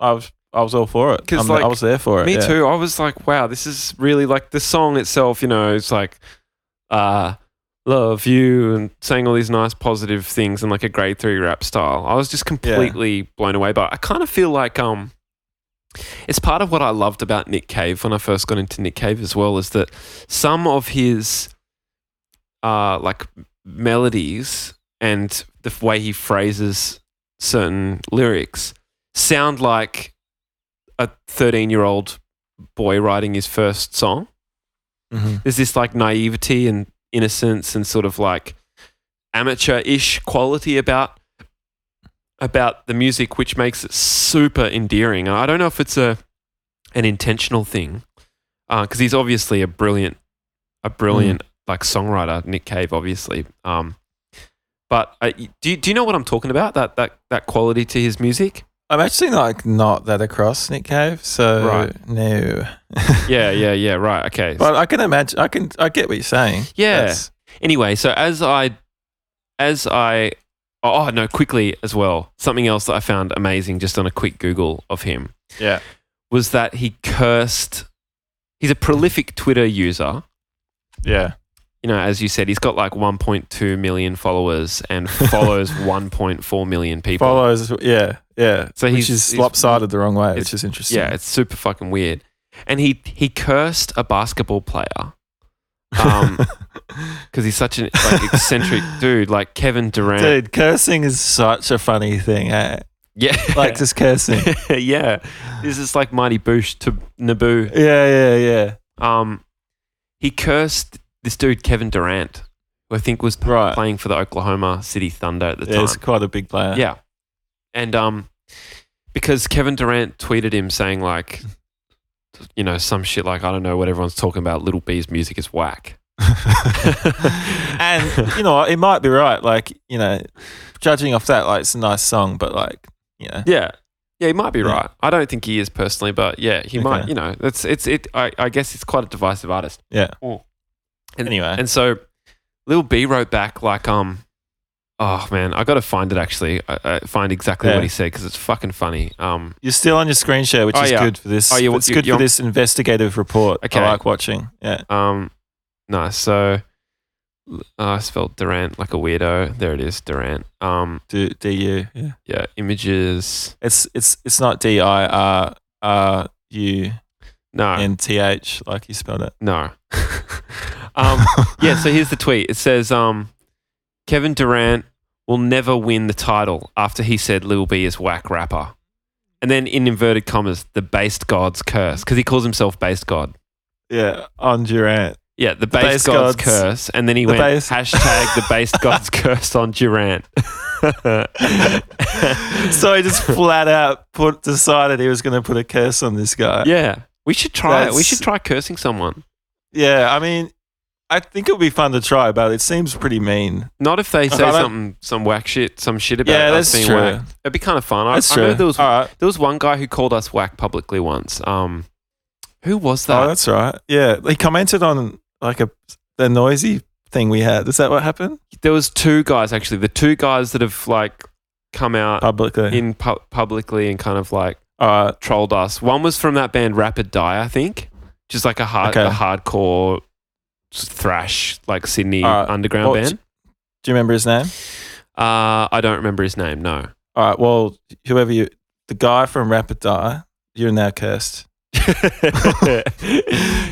[SPEAKER 1] I was I was all for it.
[SPEAKER 2] 'Cause,
[SPEAKER 1] I'm-
[SPEAKER 2] like,
[SPEAKER 1] I was there for it.
[SPEAKER 2] me
[SPEAKER 1] yeah.
[SPEAKER 2] too i was like wow this is really like the song itself you know it's like uh love you and saying all these nice positive things in like a grade three rap style i was just completely blown away by it. i kind of feel like um it's part of what i loved about nick cave when i first got into nick cave as well is that some of his uh like melodies and the f- way he phrases certain lyrics sound like a 13 year old boy writing his first song
[SPEAKER 1] Mhm.
[SPEAKER 2] there's this like naivety and innocence and sort of like amateur-ish quality about about the music which makes it super endearing and i don't know if it's a an intentional thing because he's obviously a brilliant a
[SPEAKER 1] Mm.
[SPEAKER 2] brilliant like songwriter nick cave obviously um but uh, do, you, do you know what i'm talking about that that that quality to his music
[SPEAKER 1] I'm actually like not that across Nick Cave, so
[SPEAKER 2] Right.
[SPEAKER 1] no.
[SPEAKER 2] yeah yeah yeah right okay
[SPEAKER 1] But I can imagine. I can. I get what you're saying.
[SPEAKER 2] Yeah.
[SPEAKER 1] That's-
[SPEAKER 2] anyway, so as I, as I, oh no, quickly as well, something else that I found amazing just on a quick Google of him
[SPEAKER 1] yeah.
[SPEAKER 2] was that he cursed. He's a prolific Twitter user.
[SPEAKER 1] Yeah.
[SPEAKER 2] You know, as you said, he's got like 1.2 million followers and follows 1.4 million people.
[SPEAKER 1] Follows. Yeah. Yeah. So
[SPEAKER 2] So
[SPEAKER 1] he's,
[SPEAKER 2] he's-
[SPEAKER 1] which is
[SPEAKER 2] he's-
[SPEAKER 1] lopsided the wrong way,
[SPEAKER 2] it's-
[SPEAKER 1] which is interesting.
[SPEAKER 2] Yeah, it's super fucking weird. And he he cursed a basketball player. Um, because he's such an like eccentric dude, like Kevin Durant.
[SPEAKER 1] Dude, cursing is such a funny thing. Eh?
[SPEAKER 2] Yeah,
[SPEAKER 1] Like just cursing.
[SPEAKER 2] yeah. This is like Mighty Boosh to Naboo.
[SPEAKER 1] yeah. Yeah. Yeah.
[SPEAKER 2] Um, he cursed this dude, Kevin Durant, who I think was p-
[SPEAKER 1] Right.
[SPEAKER 2] playing for the Oklahoma City Thunder at the
[SPEAKER 1] Yeah. It's
[SPEAKER 2] time.
[SPEAKER 1] quite a big player.
[SPEAKER 2] Yeah. And um, because Kevin Durant tweeted him saying, like, you know, some shit like, I don't know what everyone's talking about. Little B's music is whack.
[SPEAKER 1] and you know, it might be right. Like you know, judging off that, like it's a nice song, but like you know,
[SPEAKER 2] Yeah. Yeah, he might be
[SPEAKER 1] Yeah.
[SPEAKER 2] right. I don't think he is personally, but yeah, he might,
[SPEAKER 1] Okay.
[SPEAKER 2] you know, it's, it's, it, I, I guess it's quite a divisive artist.
[SPEAKER 1] yeah.
[SPEAKER 2] And-
[SPEAKER 1] Anyway.
[SPEAKER 2] And so Lil B wrote back like, um, Oh man, I got to find it actually. I, I find exactly
[SPEAKER 1] Yeah.
[SPEAKER 2] what he said because it's fucking funny. Um,
[SPEAKER 1] You're still on your screen share, which
[SPEAKER 2] Oh,
[SPEAKER 1] is
[SPEAKER 2] yeah.
[SPEAKER 1] good for this.
[SPEAKER 2] Oh, you-
[SPEAKER 1] it's
[SPEAKER 2] you-
[SPEAKER 1] good for
[SPEAKER 2] you're-
[SPEAKER 1] this investigative report.
[SPEAKER 2] Okay.
[SPEAKER 1] I like watching. Yeah.
[SPEAKER 2] um, nice. So uh, I spelled Durant like a weirdo. There it is, Durant. Um,
[SPEAKER 1] Do, do you? Yeah.
[SPEAKER 2] yeah, images.
[SPEAKER 1] It's it's it's not D I R R U
[SPEAKER 2] No,
[SPEAKER 1] N T H like you spelled it.
[SPEAKER 2] no. um, yeah. So here's the tweet. It says, um, Kevin Durant will never win the title after he said Lil B is whack rapper, and then in inverted commas, the based god's curse because he calls himself based god.
[SPEAKER 1] yeah. On Durant.
[SPEAKER 2] Yeah, the base,
[SPEAKER 1] base
[SPEAKER 2] god's,
[SPEAKER 1] gods-
[SPEAKER 2] curse, and then he
[SPEAKER 1] the
[SPEAKER 2] went
[SPEAKER 1] base-
[SPEAKER 2] hashtag the base god's curse on Durant.
[SPEAKER 1] so he just flat out put decided he was going to put a curse on this guy.
[SPEAKER 2] yeah, we should try it. We
[SPEAKER 1] That's-
[SPEAKER 2] should try cursing someone.
[SPEAKER 1] Yeah, I mean, I think it would be fun to try, but it seems pretty mean.
[SPEAKER 2] Not if they
[SPEAKER 1] Okay,
[SPEAKER 2] say
[SPEAKER 1] I don't-
[SPEAKER 2] something, some whack shit, some shit about
[SPEAKER 1] Uh-huh, Yeah,
[SPEAKER 2] us
[SPEAKER 1] that's
[SPEAKER 2] being
[SPEAKER 1] true.
[SPEAKER 2] whack. It'd be kind of fun. I,
[SPEAKER 1] That's
[SPEAKER 2] I
[SPEAKER 1] true.
[SPEAKER 2] know there was
[SPEAKER 1] All right.
[SPEAKER 2] there was one guy who called us whack publicly once. Um, who was that?
[SPEAKER 1] Oh, that's all right. Yeah, he commented on like a the noisy thing we had. Is that what happened
[SPEAKER 2] there was two guys actually. The two guys that have like come out
[SPEAKER 1] publicly?
[SPEAKER 2] in pu- publicly and kind of like
[SPEAKER 1] All right.
[SPEAKER 2] trolled us. One was from that band Rapid Die, I think, just like a hard,
[SPEAKER 1] Okay.
[SPEAKER 2] a hardcore s- thrash, like Sydney
[SPEAKER 1] All right.
[SPEAKER 2] underground
[SPEAKER 1] Well,
[SPEAKER 2] band.
[SPEAKER 1] Do you remember his name?
[SPEAKER 2] Uh, I don't remember his name. No.
[SPEAKER 1] All right. Well, whoever you, the guy from Rapid Die, you're now cursed.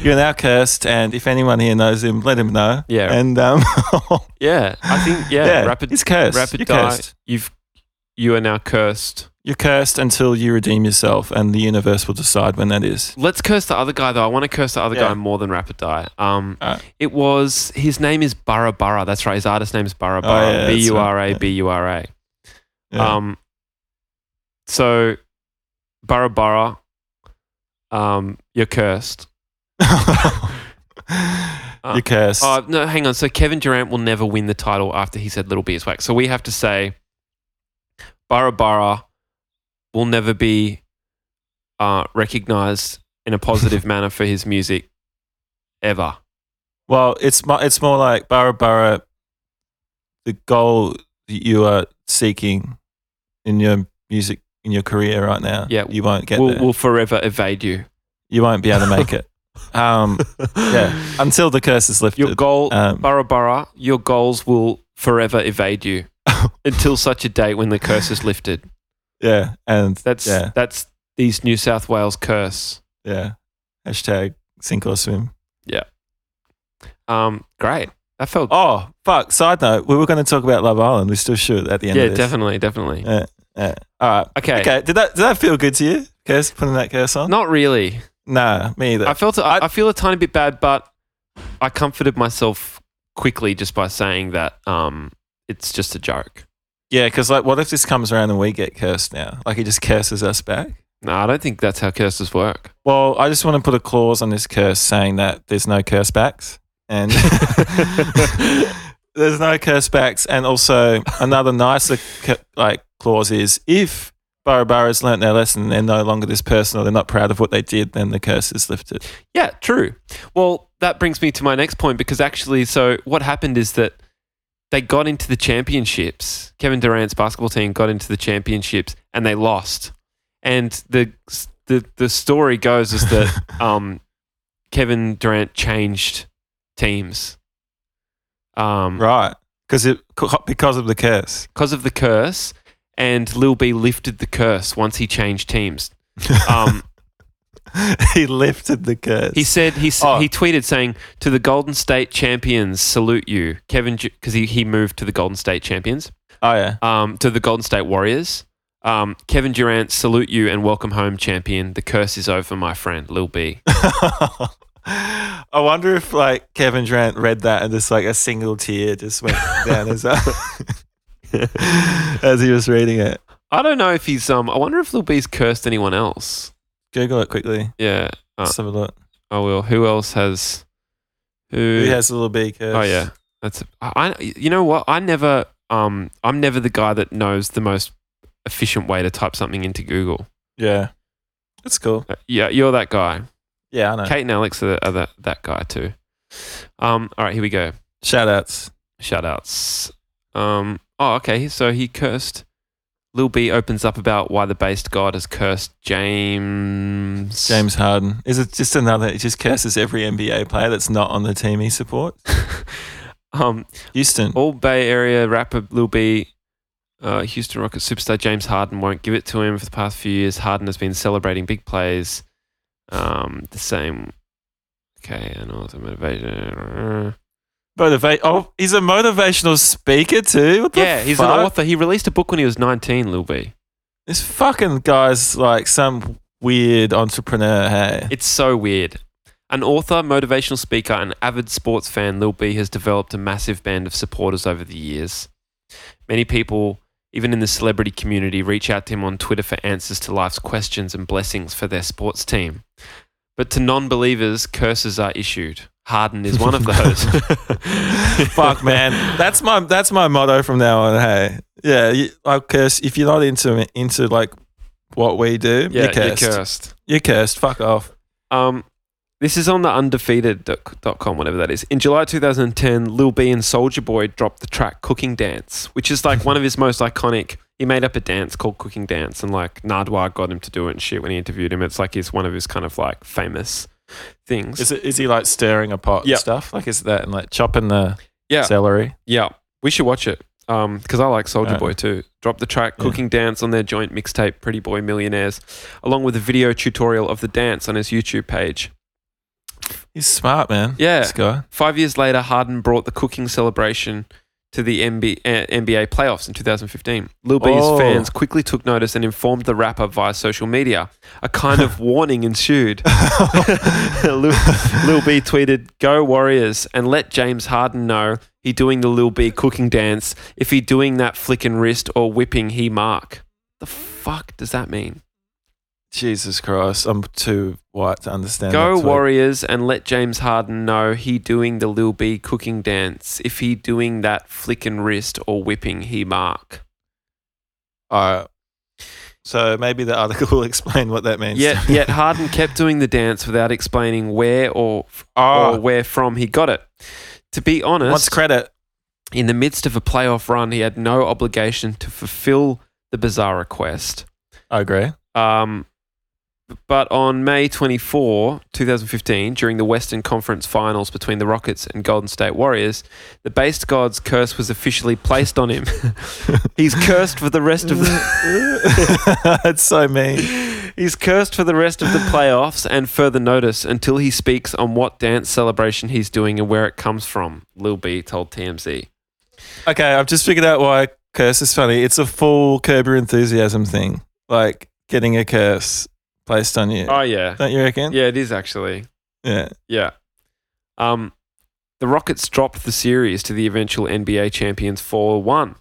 [SPEAKER 1] You're now cursed, and if anyone here knows him, let him know.
[SPEAKER 2] Yeah.
[SPEAKER 1] And um,
[SPEAKER 2] yeah, I think yeah. Rapid
[SPEAKER 1] He's cursed.
[SPEAKER 2] Rapid
[SPEAKER 1] you're
[SPEAKER 2] Die.
[SPEAKER 1] cursed.
[SPEAKER 2] You've you are now cursed.
[SPEAKER 1] You're cursed until you redeem yourself, and the universe will decide when that is.
[SPEAKER 2] Let's curse the other guy though. I want to curse the other
[SPEAKER 1] Yeah.
[SPEAKER 2] guy more than Rapid Die. Um,
[SPEAKER 1] All right.
[SPEAKER 2] it was his name is Burra Burra. That's right. His artist name is Burra
[SPEAKER 1] Oh, yeah, that's right.
[SPEAKER 2] Burra. B U R A
[SPEAKER 1] Yeah.
[SPEAKER 2] B U R A.
[SPEAKER 1] Yeah.
[SPEAKER 2] Um, so, Burra Burra, um, you're cursed.
[SPEAKER 1] you're cursed.
[SPEAKER 2] Uh, no, hang on. So, Kevin Durant will never win the title after he said Little B is whack. So, we have to say Burra Burra will never be uh, recognized in a positive manner for his music ever.
[SPEAKER 1] well, it's mo- it's more like Barra Barra. The goal that you are seeking in your music in your career right now,
[SPEAKER 2] Yeah.
[SPEAKER 1] you won't get
[SPEAKER 2] Will,
[SPEAKER 1] there.
[SPEAKER 2] will forever evade you.
[SPEAKER 1] you won't be able to make it. Um, yeah, until the curse is lifted.
[SPEAKER 2] Your goal,
[SPEAKER 1] Um,
[SPEAKER 2] Burra Burra, your goals will forever evade you until such a date when the curse is lifted.
[SPEAKER 1] yeah, and
[SPEAKER 2] That's
[SPEAKER 1] Yeah.
[SPEAKER 2] that's East New South Wales curse.
[SPEAKER 1] yeah, hashtag sink or swim.
[SPEAKER 2] Um, great. That felt.
[SPEAKER 1] Oh fuck! Side note: we were going to talk about Love Island. We still should at the end.
[SPEAKER 2] yeah,
[SPEAKER 1] of this.
[SPEAKER 2] definitely, definitely.
[SPEAKER 1] Yeah. All right.
[SPEAKER 2] Okay.
[SPEAKER 1] Okay. Did that did that feel good to you? Curse putting that curse on?
[SPEAKER 2] Not really.
[SPEAKER 1] Nah, me either.
[SPEAKER 2] I felt. I, I feel a tiny bit bad, but I comforted myself quickly just by saying that um, it's just a joke.
[SPEAKER 1] yeah, because like, what if this comes around and we get cursed now? Like, he just curses us back.
[SPEAKER 2] No, I don't think that's how curses work.
[SPEAKER 1] Well, I just want to put a clause on this curse saying that there's no curse backs, and there's no curse backs, and also another nicer cu- like clause is if. Barabara's learnt their lesson and they're no longer this person or they're not proud of what they did, then the curse is lifted.
[SPEAKER 2] Yeah, true. Well, that brings me to my next point because actually, so what happened is that they got into the championships. Kevin Durant's basketball team got into the championships and they lost. And the the the story goes is that um, Kevin Durant changed teams. Um,
[SPEAKER 1] Right. Because it because of the curse.
[SPEAKER 2] because of the curse, and Lil B lifted the curse once he changed teams. Um,
[SPEAKER 1] he lifted the curse.
[SPEAKER 2] He said he s
[SPEAKER 1] Oh.
[SPEAKER 2] he tweeted saying to the Golden State Champions, salute you, Kevin, because he, he moved to the Golden State Champions,
[SPEAKER 1] oh yeah.
[SPEAKER 2] um, to the Golden State Warriors. Um, Kevin Durant, salute you and welcome home, champion. The curse is over, my friend, Lil B.
[SPEAKER 1] I wonder if like Kevin Durant read that and just like a single tear just went down his as he was reading it.
[SPEAKER 2] I don't know if he's um. I wonder if Lil B's cursed anyone else.
[SPEAKER 1] Google it quickly.
[SPEAKER 2] Yeah, Uh.
[SPEAKER 1] Let's have a look.
[SPEAKER 2] I will. Who else has? Who?
[SPEAKER 1] Who has a little B curse?
[SPEAKER 2] Oh yeah, that's. I. I- You know what? I never. Um. I'm never the guy that knows the most efficient way to type something into Google.
[SPEAKER 1] Yeah. That's cool.
[SPEAKER 2] Uh, Yeah, you're that guy.
[SPEAKER 1] Yeah, I know.
[SPEAKER 2] Kate and Alex are, are that, that guy too. Um, all right, here we go.
[SPEAKER 1] Shout outs.
[SPEAKER 2] Shout outs. Um, Oh, okay. So he cursed. Lil B opens up about why the based god has cursed James.
[SPEAKER 1] James Harden is it just another? It just curses every NBA player that's not on the team he supports.
[SPEAKER 2] Um,
[SPEAKER 1] Houston.
[SPEAKER 2] all Bay Area rapper Lil B, uh, Houston Rockets superstar James Harden won't give it to him for the past few years. Harden has been celebrating big plays. Um, the same. Okay, and also motivation.
[SPEAKER 1] Motivate. Oh, he's a motivational speaker too. What the
[SPEAKER 2] Yeah, he's
[SPEAKER 1] fuck?
[SPEAKER 2] an author. He released a book when he was 19, Lil B.
[SPEAKER 1] This fucking guy's like some weird entrepreneur. Hey,
[SPEAKER 2] It's so weird. An author, motivational speaker, and avid sports fan, Lil B has developed a massive band of supporters over the years. Many people, even in the celebrity community, reach out to him on Twitter for answers to life's questions and blessings for their sports team. But to non believers, curses are issued. Harden is one of those.
[SPEAKER 1] fuck man, that's my that's my motto from now on. Hey, yeah, you, I curse if you're not into into like what we do.
[SPEAKER 2] Yeah,
[SPEAKER 1] you're cursed.
[SPEAKER 2] You're
[SPEAKER 1] You're,
[SPEAKER 2] cursed.
[SPEAKER 1] cursed. Fuck off.
[SPEAKER 2] Um, this is on the undefeated.com, whatever that is. In July 2010, Lil B and Soldier Boy dropped the track Cooking Dance, which is like one of his most iconic. He made up a dance called Cooking Dance, and like Nardwar got him to do it and shit when he interviewed him. It's like he's one of his kind of like famous things.
[SPEAKER 1] Is it is he like stirring a pot
[SPEAKER 2] Yeah.
[SPEAKER 1] and stuff? Like is that and like chopping the
[SPEAKER 2] yeah.
[SPEAKER 1] celery?
[SPEAKER 2] Yeah, we should watch it. Um, because I like Soldier
[SPEAKER 1] Yeah.
[SPEAKER 2] Boy too. Drop the track
[SPEAKER 1] Yeah.
[SPEAKER 2] "Cooking Dance" on their joint mixtape "Pretty Boy Millionaires," along with a video tutorial of the dance on his YouTube page.
[SPEAKER 1] He's smart, man.
[SPEAKER 2] Yeah.
[SPEAKER 1] this guy.
[SPEAKER 2] Five years later, Harden brought the cooking celebration to the NBA, uh, NBA playoffs in 2015. Lil B's
[SPEAKER 1] Oh.
[SPEAKER 2] fans quickly took notice and informed the rapper via social media. A kind of warning ensued. Lil, Lil B tweeted, "Go Warriors!" and let James Harden know he doing the Lil B cooking dance. If he doing that flicking wrist or whipping, he mark. The fuck does that mean?
[SPEAKER 1] Jesus Christ, I'm too white to understand. that
[SPEAKER 2] Go
[SPEAKER 1] tweet.
[SPEAKER 2] Warriors and let James Harden know he doing the Lil B cooking dance. If he doing that flick and wrist or whipping, he mark.
[SPEAKER 1] All right. So maybe the article will explain what that means.
[SPEAKER 2] Yet, yet Harden kept doing the dance without explaining where or, or
[SPEAKER 1] Oh,
[SPEAKER 2] where from he got it. To be honest,
[SPEAKER 1] wants credit?
[SPEAKER 2] in the midst of a playoff run, he had no obligation to fulfill the bizarre request.
[SPEAKER 1] I agree.
[SPEAKER 2] Um, but on May 24, 2015, during the Western Conference Finals between the Rockets and Golden State Warriors, the based god's curse was officially placed on him. He's cursed for the rest of the
[SPEAKER 1] That's so mean.
[SPEAKER 2] He's cursed for the rest of the playoffs and further notice until he speaks on what dance celebration he's doing and where it comes from, Lil B told TMZ.
[SPEAKER 1] Okay, I've just figured out why curse is funny. It's a full Curb Your Enthusiasm thing, like getting a curse placed on you.
[SPEAKER 2] Oh yeah.
[SPEAKER 1] Don't you reckon?
[SPEAKER 2] Yeah, it is actually.
[SPEAKER 1] Yeah.
[SPEAKER 2] Yeah. Um, the Rockets dropped the series to the eventual NBA champions 4 1.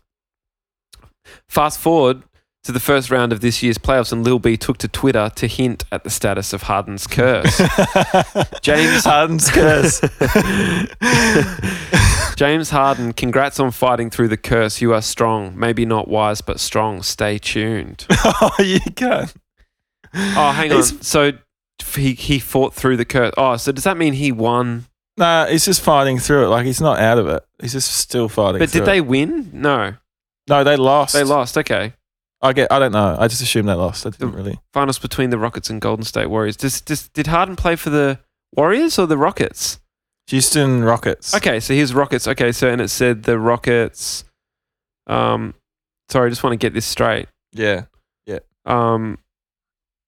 [SPEAKER 2] Fast forward to the first round of this year's playoffs, and Lil B took to Twitter to hint at the status of Harden's curse. James-
[SPEAKER 1] Harden's curse.
[SPEAKER 2] James Harden, congrats on fighting through the curse. You are strong. Maybe not wise, but strong. Stay tuned.
[SPEAKER 1] oh, you can't.
[SPEAKER 2] Oh, hang on.
[SPEAKER 1] He's-
[SPEAKER 2] So f- he, he fought through the curse. Oh, so does that mean he won?
[SPEAKER 1] Nah, he's just fighting through it. Like he's not out of it. He's just still fighting.
[SPEAKER 2] But
[SPEAKER 1] through
[SPEAKER 2] did
[SPEAKER 1] it.
[SPEAKER 2] they win? No.
[SPEAKER 1] No, they lost.
[SPEAKER 2] They lost. Okay.
[SPEAKER 1] I get. I don't know. I just assumed they lost. I didn't really.
[SPEAKER 2] finals between the Rockets and Golden State Warriors. Does, does, did Harden play for the Warriors or the Rockets?
[SPEAKER 1] Houston Rockets.
[SPEAKER 2] Okay, so here's Rockets. Okay, so and it said the Rockets. Um, sorry, I just want to get this straight.
[SPEAKER 1] Yeah.
[SPEAKER 2] Um,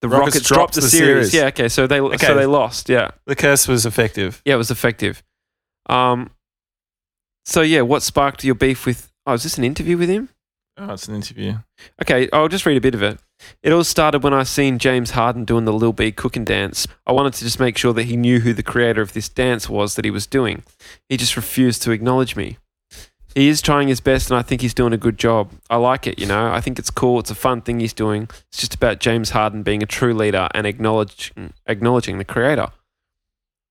[SPEAKER 2] the
[SPEAKER 1] Rockets
[SPEAKER 2] Rockets,
[SPEAKER 1] dropped
[SPEAKER 2] dropped the,
[SPEAKER 1] the
[SPEAKER 2] series.
[SPEAKER 1] series.
[SPEAKER 2] Yeah. Okay, so they
[SPEAKER 1] Okay.
[SPEAKER 2] so they lost. Yeah.
[SPEAKER 1] The curse was effective.
[SPEAKER 2] Yeah, it was effective. Um, so yeah, what sparked your beef with? Oh, is this an interview with him?
[SPEAKER 1] Oh, it's an interview.
[SPEAKER 2] Okay, I'll just read a bit of it. It all started when I seen James Harden doing the Lil B cooking dance. I wanted to just make sure that he knew who the creator of this dance was that he was doing. He just refused to acknowledge me. He is trying his best and I think he's doing a good job. I like it, you know. I think it's cool. It's a fun thing he's doing. It's just about James Harden being a true leader and acknowledge, acknowledging the creator.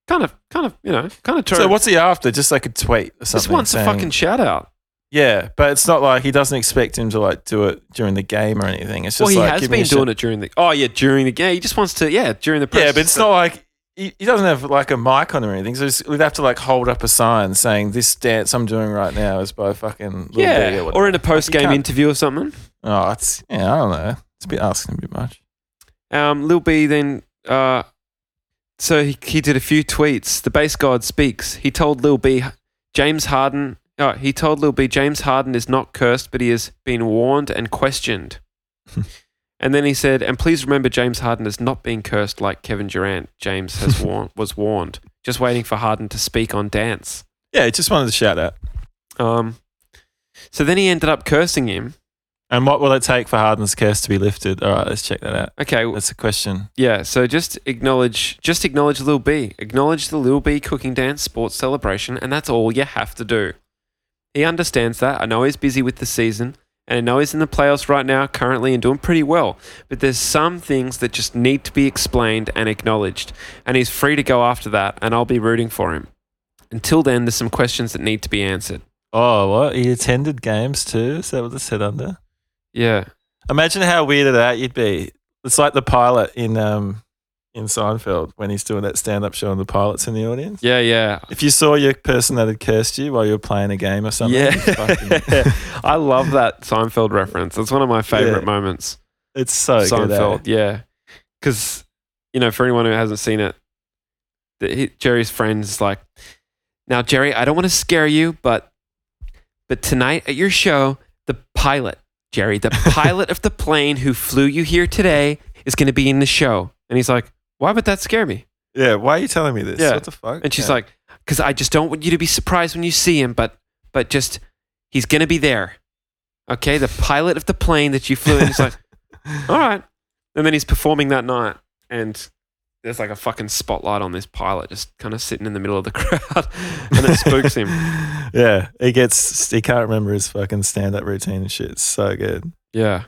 [SPEAKER 2] Kind of, kind of, you know, kind of true.
[SPEAKER 1] So what's he after? Just like a tweet or something.
[SPEAKER 2] just wants a
[SPEAKER 1] saying-
[SPEAKER 2] fucking shout out.
[SPEAKER 1] Yeah, but it's not like he doesn't expect him to like do it during the game or anything. It's just
[SPEAKER 2] Well, he
[SPEAKER 1] like
[SPEAKER 2] has been doing it during the. Oh yeah, during the game. He just wants to. Yeah, during the.
[SPEAKER 1] Yeah,
[SPEAKER 2] press-
[SPEAKER 1] but it's not like he, he doesn't have like a mic on or anything. So he's- we'd have to like hold up a sign saying this dance I'm doing right now is by fucking Lil Big
[SPEAKER 2] yeah,
[SPEAKER 1] or whatever.
[SPEAKER 2] or in a post game
[SPEAKER 1] can't-
[SPEAKER 2] interview or something.
[SPEAKER 1] oh, it's yeah, I don't know. It's a bit asking a bit much.
[SPEAKER 2] Um, Lil B then, uh, so he, he did a few tweets. The bass god speaks. He told Lil B, James Harden. Uh, he told Lil B, James Harden is not cursed, but he has been warned and questioned. and then he said, and please remember, James Harden is not being cursed like Kevin Durant. James has warned was warned. Just waiting for Harden to speak on dance.
[SPEAKER 1] Yeah, he just wanted to shout out.
[SPEAKER 2] Um, so then he ended up cursing him.
[SPEAKER 1] And what will it take for Harden's curse to be lifted? All right, let's check that out.
[SPEAKER 2] Okay,
[SPEAKER 1] That's a question.
[SPEAKER 2] Yeah, so just acknowledge, just acknowledge Lil B, acknowledge the Lil B cooking dance sports celebration, and that's all you have to do. He understands that. I know he's busy with the season, and I know he's in the playoffs right now, currently, and doing pretty well. But there's some things that just need to be explained and acknowledged, and he's free to go after that, and I'll be rooting for him. Until then, there's some questions that need to be answered.
[SPEAKER 1] Oh, what? He attended games too? Is that what it said under?
[SPEAKER 2] Yeah,
[SPEAKER 1] Imagine how weirded out you'd be. It's like the pilot in um in Seinfeld when he's doing that stand up show and the pilot's in the audience.
[SPEAKER 2] yeah, yeah.
[SPEAKER 1] If you saw your person that had cursed you while you were playing a game or something,
[SPEAKER 2] Yeah.
[SPEAKER 1] it's fucking-
[SPEAKER 2] I love that Seinfeld reference. That's one of my favorite
[SPEAKER 1] Yeah.
[SPEAKER 2] moments.
[SPEAKER 1] it's so good. eh?
[SPEAKER 2] Seinfeld, yeah. Because, you know, for anyone who hasn't seen it, the, he, Jerry's friend's like, now, Jerry, I don't want to scare you, but but tonight at your show, the pilot, Jerry, the pilot of the plane who flew you here today is going to be in the show. And he's like, why would that scare me?
[SPEAKER 1] Yeah, why are you telling me this?
[SPEAKER 2] Yeah.
[SPEAKER 1] What the fuck?
[SPEAKER 2] And she's
[SPEAKER 1] Yeah.
[SPEAKER 2] like, because I just don't want you to be surprised when you see him, but but just he's gonna be there. Okay, the pilot of the plane that you flew in is like, all right. And then he's performing that night, and there's like a fucking spotlight on this pilot just kind of sitting in the middle of the crowd, and it spooks him.
[SPEAKER 1] Yeah, he gets he can't remember his fucking stand up routine and shit. It's so good.
[SPEAKER 2] Yeah.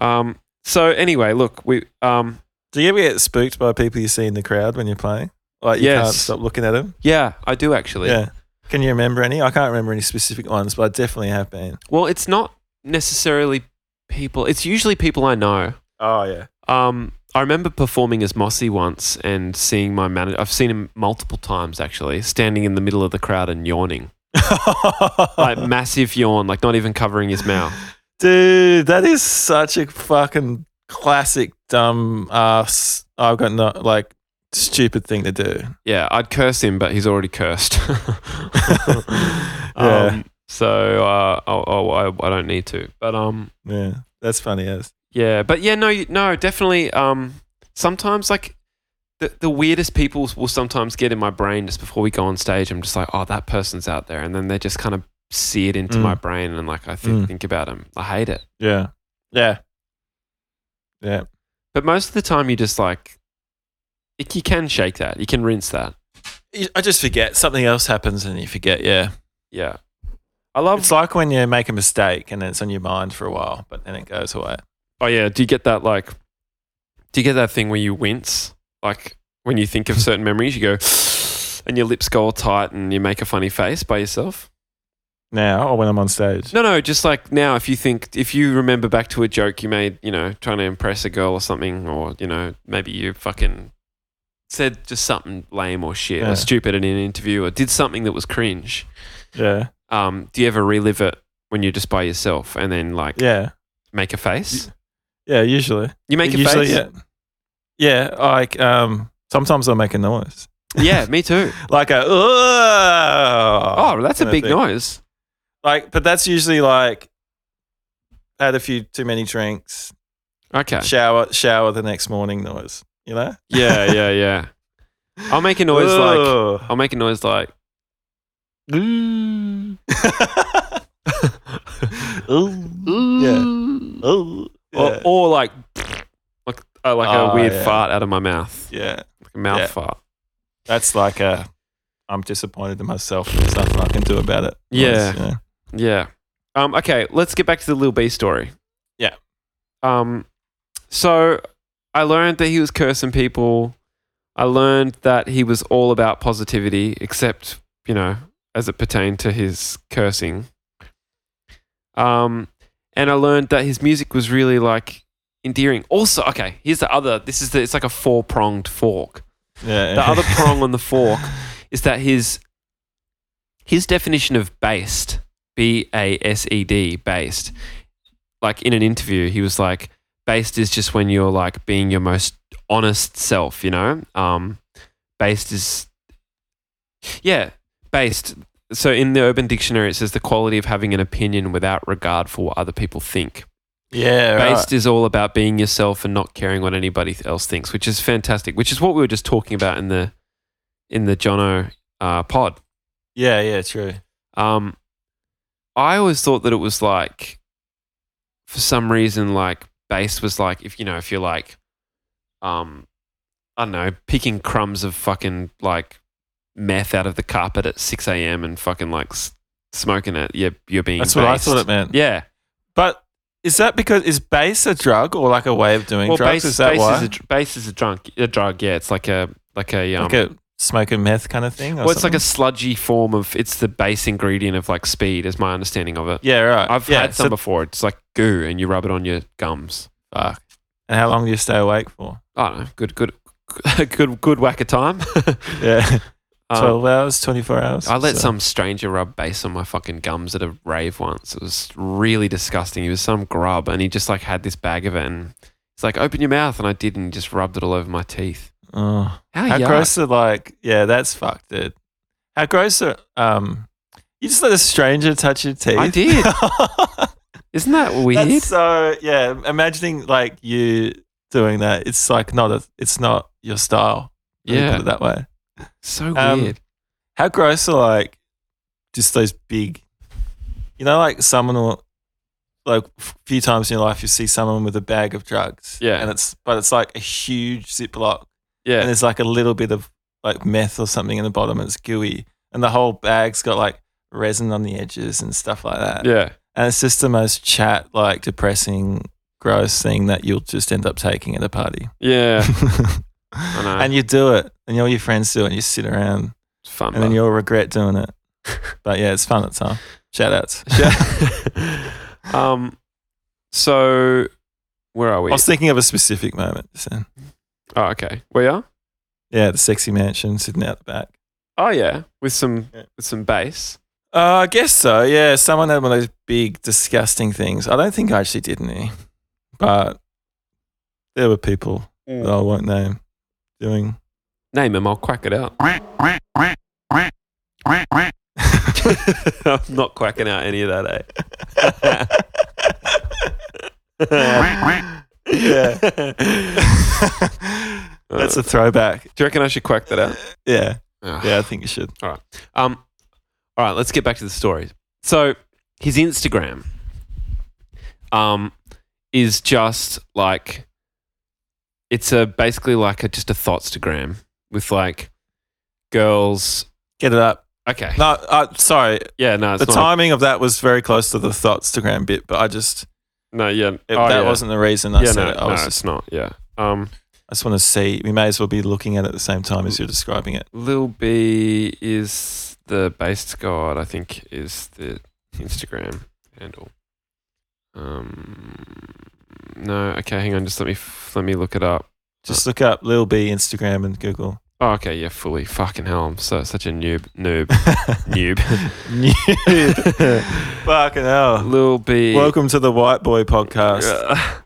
[SPEAKER 2] Um. So anyway, look, we um.
[SPEAKER 1] Do you ever get spooked by people you see in the crowd when you're playing? Like you can't
[SPEAKER 2] Yes.
[SPEAKER 1] stop looking at them.
[SPEAKER 2] Yeah, I do actually.
[SPEAKER 1] Yeah. Can you remember any? I can't remember any specific ones, but I definitely have been.
[SPEAKER 2] Well, it's not necessarily people. It's usually people I know.
[SPEAKER 1] Oh yeah.
[SPEAKER 2] Um, I remember performing as Mossy once and seeing my manager. I've seen him multiple times actually, standing in the middle of the crowd and yawning, like massive yawn, like not even covering his mouth.
[SPEAKER 1] Dude, that is such a fucking classic dumb ass. I've got no like stupid thing to do.
[SPEAKER 2] Yeah, I'd curse him, but he's already cursed.
[SPEAKER 1] Yeah.
[SPEAKER 2] Um, so uh, oh, oh, I, I don't need to. But um,
[SPEAKER 1] Yeah, that's funny as.
[SPEAKER 2] yeah, but yeah, no, you- no, definitely. Um, sometimes like. The, the weirdest people will sometimes get in my brain just before we go on stage. I'm just like, oh, that person's out there, and then they just kind of seared into
[SPEAKER 1] Mm.
[SPEAKER 2] my brain, and like I think
[SPEAKER 1] Mm.
[SPEAKER 2] think about them. I hate it.
[SPEAKER 1] Yeah. Yeah. Yeah.
[SPEAKER 2] But most of the time, you just like, it, you can shake that. You can rinse that.
[SPEAKER 1] You- I just forget. Something else happens and you forget. Yeah.
[SPEAKER 2] Yeah. I love.
[SPEAKER 1] It's like when you make a mistake and then it's on your mind for a while, but then it goes away.
[SPEAKER 2] oh, yeah. Do you get that, like, do you get that thing where you wince? Like, when you think of certain memories, you go, and your lips go all tight and you make a funny face by yourself?
[SPEAKER 1] Now or when I'm on stage.
[SPEAKER 2] No, no. Just like now, if you think, if you remember back to a joke you made, you know, trying to impress a girl or something, or, you know, maybe you fucking said just something lame or shit
[SPEAKER 1] Yeah.
[SPEAKER 2] or stupid in an interview or did something that was cringe.
[SPEAKER 1] Yeah.
[SPEAKER 2] um, do you ever relive it when you're just by yourself and then like
[SPEAKER 1] Yeah.
[SPEAKER 2] make a face?
[SPEAKER 1] Yeah. Usually.
[SPEAKER 2] You make a
[SPEAKER 1] usually,
[SPEAKER 2] face.
[SPEAKER 1] Yeah. Yeah. Like, um, sometimes I'll make a noise.
[SPEAKER 2] Yeah. me too.
[SPEAKER 1] Like a, oh.
[SPEAKER 2] Oh, that's a
[SPEAKER 1] Kinda
[SPEAKER 2] big
[SPEAKER 1] thing.
[SPEAKER 2] noise.
[SPEAKER 1] Like, but that's usually like, had a few too many drinks,
[SPEAKER 2] Okay.
[SPEAKER 1] shower, shower the next morning noise, you know?
[SPEAKER 2] Yeah, yeah, yeah. I'll make a noise like
[SPEAKER 1] Ugh.
[SPEAKER 2] I'll make a noise like
[SPEAKER 1] yeah. Oh.
[SPEAKER 2] or, or like like uh, like a
[SPEAKER 1] Oh,
[SPEAKER 2] weird
[SPEAKER 1] yeah.
[SPEAKER 2] fart out of my mouth,
[SPEAKER 1] yeah.
[SPEAKER 2] like a mouth
[SPEAKER 1] Yeah.
[SPEAKER 2] fart.
[SPEAKER 1] That's like a I'm disappointed in myself. There's nothing I can do about it.
[SPEAKER 2] Yeah. Yeah. Um, okay, let's get back to the Lil B story.
[SPEAKER 1] Yeah.
[SPEAKER 2] Um, so I learned that he was cursing people. I learned that he was all about positivity, except, you know, as it pertained to his cursing. Um, and I learned that his music was really like endearing. Also, okay, here's the other this is the it's like a four pronged fork.
[SPEAKER 1] Yeah.
[SPEAKER 2] the other prong on the fork is that his his definition of based b a s e d based like in an interview he was like based is just when you're like being your most honest self you know um based is yeah based so in the urban dictionary it says the quality of having an opinion without regard for what other people think
[SPEAKER 1] yeah. right.
[SPEAKER 2] based is all about being yourself and not caring what anybody else thinks, which is fantastic. Which is what we were just talking about in the in the Jono uh, pod.
[SPEAKER 1] Yeah. Yeah. True.
[SPEAKER 2] Um, I always thought that it was like, for some reason, like based was like if you know if you're like, um, I don't know, picking crumbs of fucking like meth out of the carpet at six a.m. and fucking like s- smoking it. Yeah, you're being.
[SPEAKER 1] That's what I
[SPEAKER 2] based.
[SPEAKER 1] thought it meant.
[SPEAKER 2] Yeah.
[SPEAKER 1] But is that because is base a drug or like a way of doing drugs?
[SPEAKER 2] Base,
[SPEAKER 1] is that
[SPEAKER 2] base
[SPEAKER 1] why?
[SPEAKER 2] Is a, dr- base is a drunk a drug. Yeah, it's like a like a um.
[SPEAKER 1] like a smoking meth kind of thing? Or
[SPEAKER 2] well, it's like a
[SPEAKER 1] something?
[SPEAKER 2] sludgy form of. It's the base ingredient of like speed, is my understanding of it.
[SPEAKER 1] yeah, right.
[SPEAKER 2] I've
[SPEAKER 1] yeah,
[SPEAKER 2] had some
[SPEAKER 1] so-
[SPEAKER 2] before. It's like goo, and you rub it on your gums.
[SPEAKER 1] Fuck. And how long do you stay awake for?
[SPEAKER 2] I don't know. Good, good, good, good whack of time.
[SPEAKER 1] Yeah,
[SPEAKER 2] um,
[SPEAKER 1] twelve hours, twenty-four hours.
[SPEAKER 2] I let
[SPEAKER 1] So-
[SPEAKER 2] some stranger rub base on my fucking gums at a rave once. It was really disgusting. He was some grub, and he just like had this bag of it, and he's like, "Open your mouth," and I did, and he just rubbed it all over my teeth.
[SPEAKER 1] Oh.
[SPEAKER 2] How,
[SPEAKER 1] How
[SPEAKER 2] yuck.
[SPEAKER 1] gross are like? Yeah, that's fucked, dude. How gross are um? You just let a stranger touch your teeth.
[SPEAKER 2] I did. Isn't that weird?
[SPEAKER 1] That's so yeah. Imagining like you doing that, it's like not a, it's not your style. let me
[SPEAKER 2] Yeah.
[SPEAKER 1] put it that way.
[SPEAKER 2] So
[SPEAKER 1] Um,
[SPEAKER 2] weird.
[SPEAKER 1] How gross are like just those big, you know, like someone will, like a few times in your life you see someone with a bag of drugs.
[SPEAKER 2] Yeah.
[SPEAKER 1] And it's, but it's like a huge Ziploc
[SPEAKER 2] Yeah.
[SPEAKER 1] and there's like a little bit of like meth or something in the bottom and it's gooey. And the whole bag's got like resin on the edges and stuff like that.
[SPEAKER 2] yeah.
[SPEAKER 1] And it's just the most chat, like depressing, gross thing that you'll just end up taking at a party.
[SPEAKER 2] Yeah. know.
[SPEAKER 1] and you do it, and all your friends do it, and you sit around
[SPEAKER 2] It's fun.
[SPEAKER 1] and then you'll regret doing it. but yeah, it's fun at time. Shout outs.
[SPEAKER 2] Yeah. um, so where are
[SPEAKER 1] I
[SPEAKER 2] we?
[SPEAKER 1] was thinking of a specific moment. just then.
[SPEAKER 2] Oh, okay. We are?
[SPEAKER 1] Yeah, the sexy mansion sitting out the back.
[SPEAKER 2] Oh, yeah. With some
[SPEAKER 1] Yeah.
[SPEAKER 2] with some bass.
[SPEAKER 1] Uh, I guess so. Yeah, someone had one of those big, disgusting things. I don't think I actually did any, but there were people that
[SPEAKER 2] Oh.
[SPEAKER 1] I won't name doing.
[SPEAKER 2] Name him. I'll quack it out. I'm not quacking out any of that, eh?
[SPEAKER 1] Yeah. That's a throwback.
[SPEAKER 2] Uh, Do you reckon I should quack that out? Ah.
[SPEAKER 1] Yeah, yeah, I think you should.
[SPEAKER 2] Um, all right, let's get back to the story. So his Instagram, um, is just like it's a basically like a just a thoughtstagram with like girls.
[SPEAKER 1] Get it up.
[SPEAKER 2] Okay,
[SPEAKER 1] No, uh, sorry.
[SPEAKER 2] yeah, no, it's
[SPEAKER 1] the
[SPEAKER 2] not-
[SPEAKER 1] timing of that was very close to the Thoughtstagram bit, but I just
[SPEAKER 2] No, yeah,
[SPEAKER 1] it,
[SPEAKER 2] oh,
[SPEAKER 1] that
[SPEAKER 2] yeah.
[SPEAKER 1] wasn't the reason I
[SPEAKER 2] yeah,
[SPEAKER 1] said
[SPEAKER 2] no,
[SPEAKER 1] it. I
[SPEAKER 2] no,
[SPEAKER 1] was
[SPEAKER 2] it's
[SPEAKER 1] just,
[SPEAKER 2] not. Yeah, um,
[SPEAKER 1] I just want to see. We may as well be looking at it at the same time as you're describing it.
[SPEAKER 2] Lil B is the based god. I think is the Instagram handle. Um, no, okay, hang on. Just let me f- let me look it up.
[SPEAKER 1] Just look up Lil B Instagram and Google.
[SPEAKER 2] Oh, okay, yeah, fully. Fucking hell, I'm so such a noob, noob, noob.
[SPEAKER 1] Fucking hell.
[SPEAKER 2] Lil B.
[SPEAKER 1] Welcome to the White Boy Podcast.
[SPEAKER 2] Uh,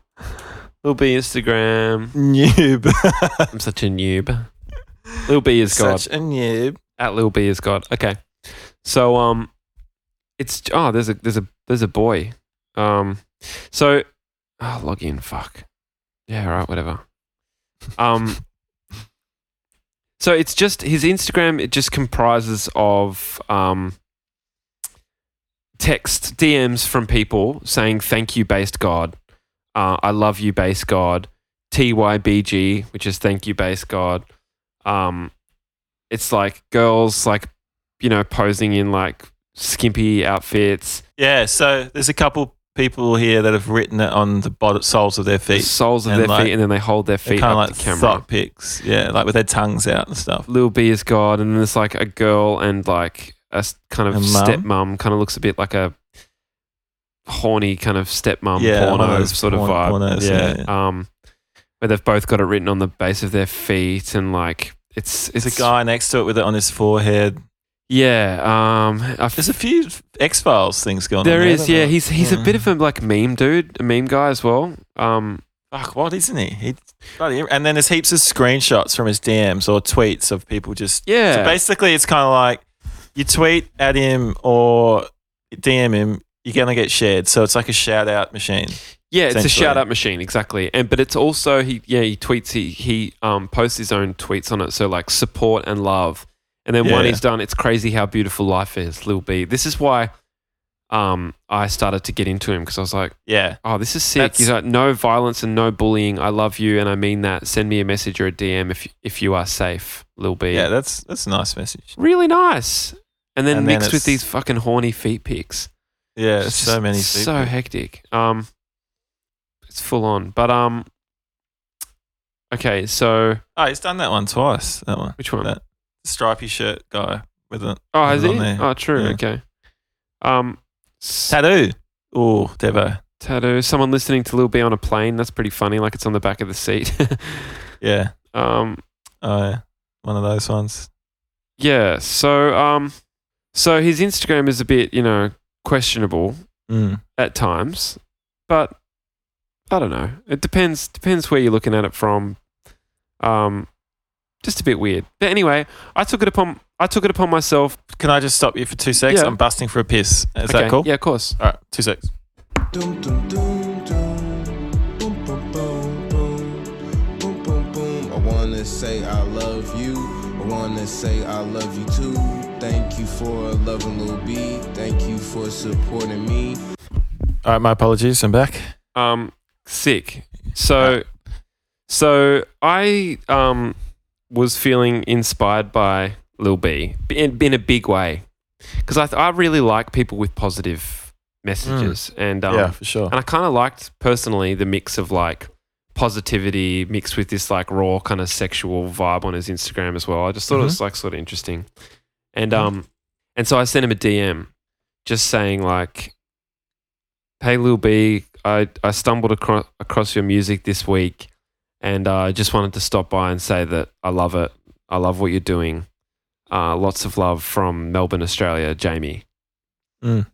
[SPEAKER 2] Lil B Instagram.
[SPEAKER 1] Noob.
[SPEAKER 2] I'm such a noob. Lil B is God.
[SPEAKER 1] Such a noob.
[SPEAKER 2] At Lil B is God. Okay, so um, it's oh, there's a there's a there's a boy. Um, so oh, log in. Fuck. Yeah. Right. Whatever. Um. So it's just his Instagram. It just comprises of um, text DMs from people saying "Thank you, based God," uh, "I love you, based God," "TYBG," which is "Thank you, based God." Um, it's like girls like you know posing in like skimpy outfits,
[SPEAKER 1] Yeah, so there's a couple people here that have written it on the bottom soles of their
[SPEAKER 2] the
[SPEAKER 1] feet.
[SPEAKER 2] soles of
[SPEAKER 1] and
[SPEAKER 2] their
[SPEAKER 1] like-
[SPEAKER 2] feet, and then they hold their feet
[SPEAKER 1] Kind of
[SPEAKER 2] up
[SPEAKER 1] like
[SPEAKER 2] to camera.
[SPEAKER 1] thought pics. Yeah, like with their tongues out and stuff.
[SPEAKER 2] Lil B is God, and then there's like a girl and like a s- kind of
[SPEAKER 1] A mum?
[SPEAKER 2] stepmom, kind of looks a bit like a horny kind of stepmom
[SPEAKER 1] Yeah, one of
[SPEAKER 2] porno
[SPEAKER 1] those
[SPEAKER 2] sort of
[SPEAKER 1] porn-
[SPEAKER 2] vibe.
[SPEAKER 1] pornos,
[SPEAKER 2] yeah.
[SPEAKER 1] yeah,
[SPEAKER 2] Um, where they've both got it written on the base of their feet, and like it's
[SPEAKER 1] There's
[SPEAKER 2] it's
[SPEAKER 1] a guy next to it with it on his forehead.
[SPEAKER 2] Yeah, um, I f-
[SPEAKER 1] There's a few X Files things going on.
[SPEAKER 2] there is.
[SPEAKER 1] isn't
[SPEAKER 2] Yeah,
[SPEAKER 1] there? Hmm.
[SPEAKER 2] he's he's
[SPEAKER 1] Yeah.
[SPEAKER 2] a bit of a like meme dude, a meme guy as well. Um,
[SPEAKER 1] Fuck, what isn't he? He bloody, and then there's heaps of screenshots from his DMs or tweets of people just. So
[SPEAKER 2] yeah,
[SPEAKER 1] basically, it's kind of like you tweet at him or DM him, you're gonna get shared. So it's like a shout out machine.
[SPEAKER 2] yeah. It's a
[SPEAKER 1] essentially.
[SPEAKER 2] shout out machine, exactly. And but it's also he yeah he tweets he he um posts his own tweets on it. So like support and love. And then when
[SPEAKER 1] Yeah.
[SPEAKER 2] he's done, it's crazy how beautiful life is, Lil B. This is why, um, I started to get into him because I was like.
[SPEAKER 1] Yeah,
[SPEAKER 2] Oh, this is sick.
[SPEAKER 1] That's-
[SPEAKER 2] He's like, no violence and no bullying. I love you, and I mean that. Send me a message or a DM if if you are safe, Lil B.
[SPEAKER 1] yeah. That's that's a nice message.
[SPEAKER 2] really nice. And then
[SPEAKER 1] And then
[SPEAKER 2] mixed with
[SPEAKER 1] it's-
[SPEAKER 2] these fucking horny feet pics.
[SPEAKER 1] Yeah,
[SPEAKER 2] It's
[SPEAKER 1] so
[SPEAKER 2] just
[SPEAKER 1] many.
[SPEAKER 2] So
[SPEAKER 1] people.
[SPEAKER 2] hectic. Um, it's full on. But um, okay. So
[SPEAKER 1] Oh, he's done that one twice. That one,
[SPEAKER 2] which one?
[SPEAKER 1] That- stripy shirt guy with a
[SPEAKER 2] oh, has
[SPEAKER 1] is
[SPEAKER 2] he?
[SPEAKER 1] on there.
[SPEAKER 2] Oh, true.
[SPEAKER 1] Yeah.
[SPEAKER 2] Okay. Um, s-
[SPEAKER 1] tattoo. Oh, Devo.
[SPEAKER 2] tattoo. Someone listening to Lil B on a plane. That's pretty funny. Like it's on the back of the seat.
[SPEAKER 1] Yeah,
[SPEAKER 2] um,
[SPEAKER 1] oh, yeah. one of those ones.
[SPEAKER 2] yeah. So um, so his Instagram is a bit you know questionable.
[SPEAKER 1] Mm.
[SPEAKER 2] at times, but I don't know. It depends depends where you're looking at it from. Um, just a bit weird. But anyway, I took it upon I took it upon myself.
[SPEAKER 1] Can I just stop you for two secs?
[SPEAKER 2] Yeah.
[SPEAKER 1] I'm busting for a piss. Is
[SPEAKER 2] Okay,
[SPEAKER 1] that cool?
[SPEAKER 2] Yeah, of course.
[SPEAKER 1] All right, two secs.
[SPEAKER 3] Dum dum dum dum, boom boom boom boom, boom boom boom. I wanna say I love you. I wanna say I love you too. Thank you for loving Lil B. Thank you for supporting me.
[SPEAKER 1] All right, my apologies. I'm back.
[SPEAKER 2] Um, sick. So, so I um was feeling inspired by Lil B in, in a big way because I th- I really like people with positive messages and um,
[SPEAKER 1] Mm. yeah, for sure.
[SPEAKER 2] And I kind of liked personally the mix of like positivity mixed with this like raw kind of sexual vibe on his Instagram as well. I just thought it was like sort of interesting. And um and so I sent him a DM just saying like hey Lil B, I I stumbled across across your music this week and uh, I just wanted to stop by and say that I love it. I love what you're doing. Uh, lots of love from Melbourne, Australia, Jamie.
[SPEAKER 1] Mm.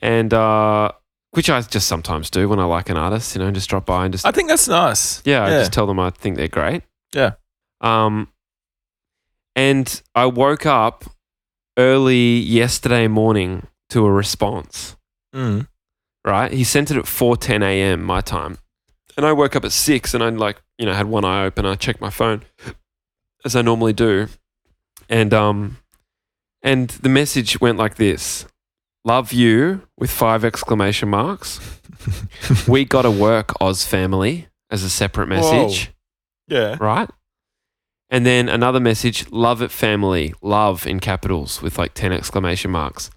[SPEAKER 2] And uh, which I just sometimes do when I like an artist, you know, just drop by and just
[SPEAKER 1] I think that's nice.
[SPEAKER 2] yeah, I
[SPEAKER 1] yeah.
[SPEAKER 2] just tell them I think they're great.
[SPEAKER 1] Yeah.
[SPEAKER 2] Um, and I woke up early yesterday morning to a response.
[SPEAKER 1] Mm.
[SPEAKER 2] Right, he sent it at four ten a.m. my time, and I woke up at six, and I like you know had one eye open. I checked my phone as I normally do, and um, and the message went like this: "Love you" with five exclamation marks. we gotta work, Oz family, as a separate
[SPEAKER 1] Whoa.
[SPEAKER 2] message
[SPEAKER 1] Yeah.
[SPEAKER 2] right? And then another message, love it family, love in capitals with like 10 exclamation marks.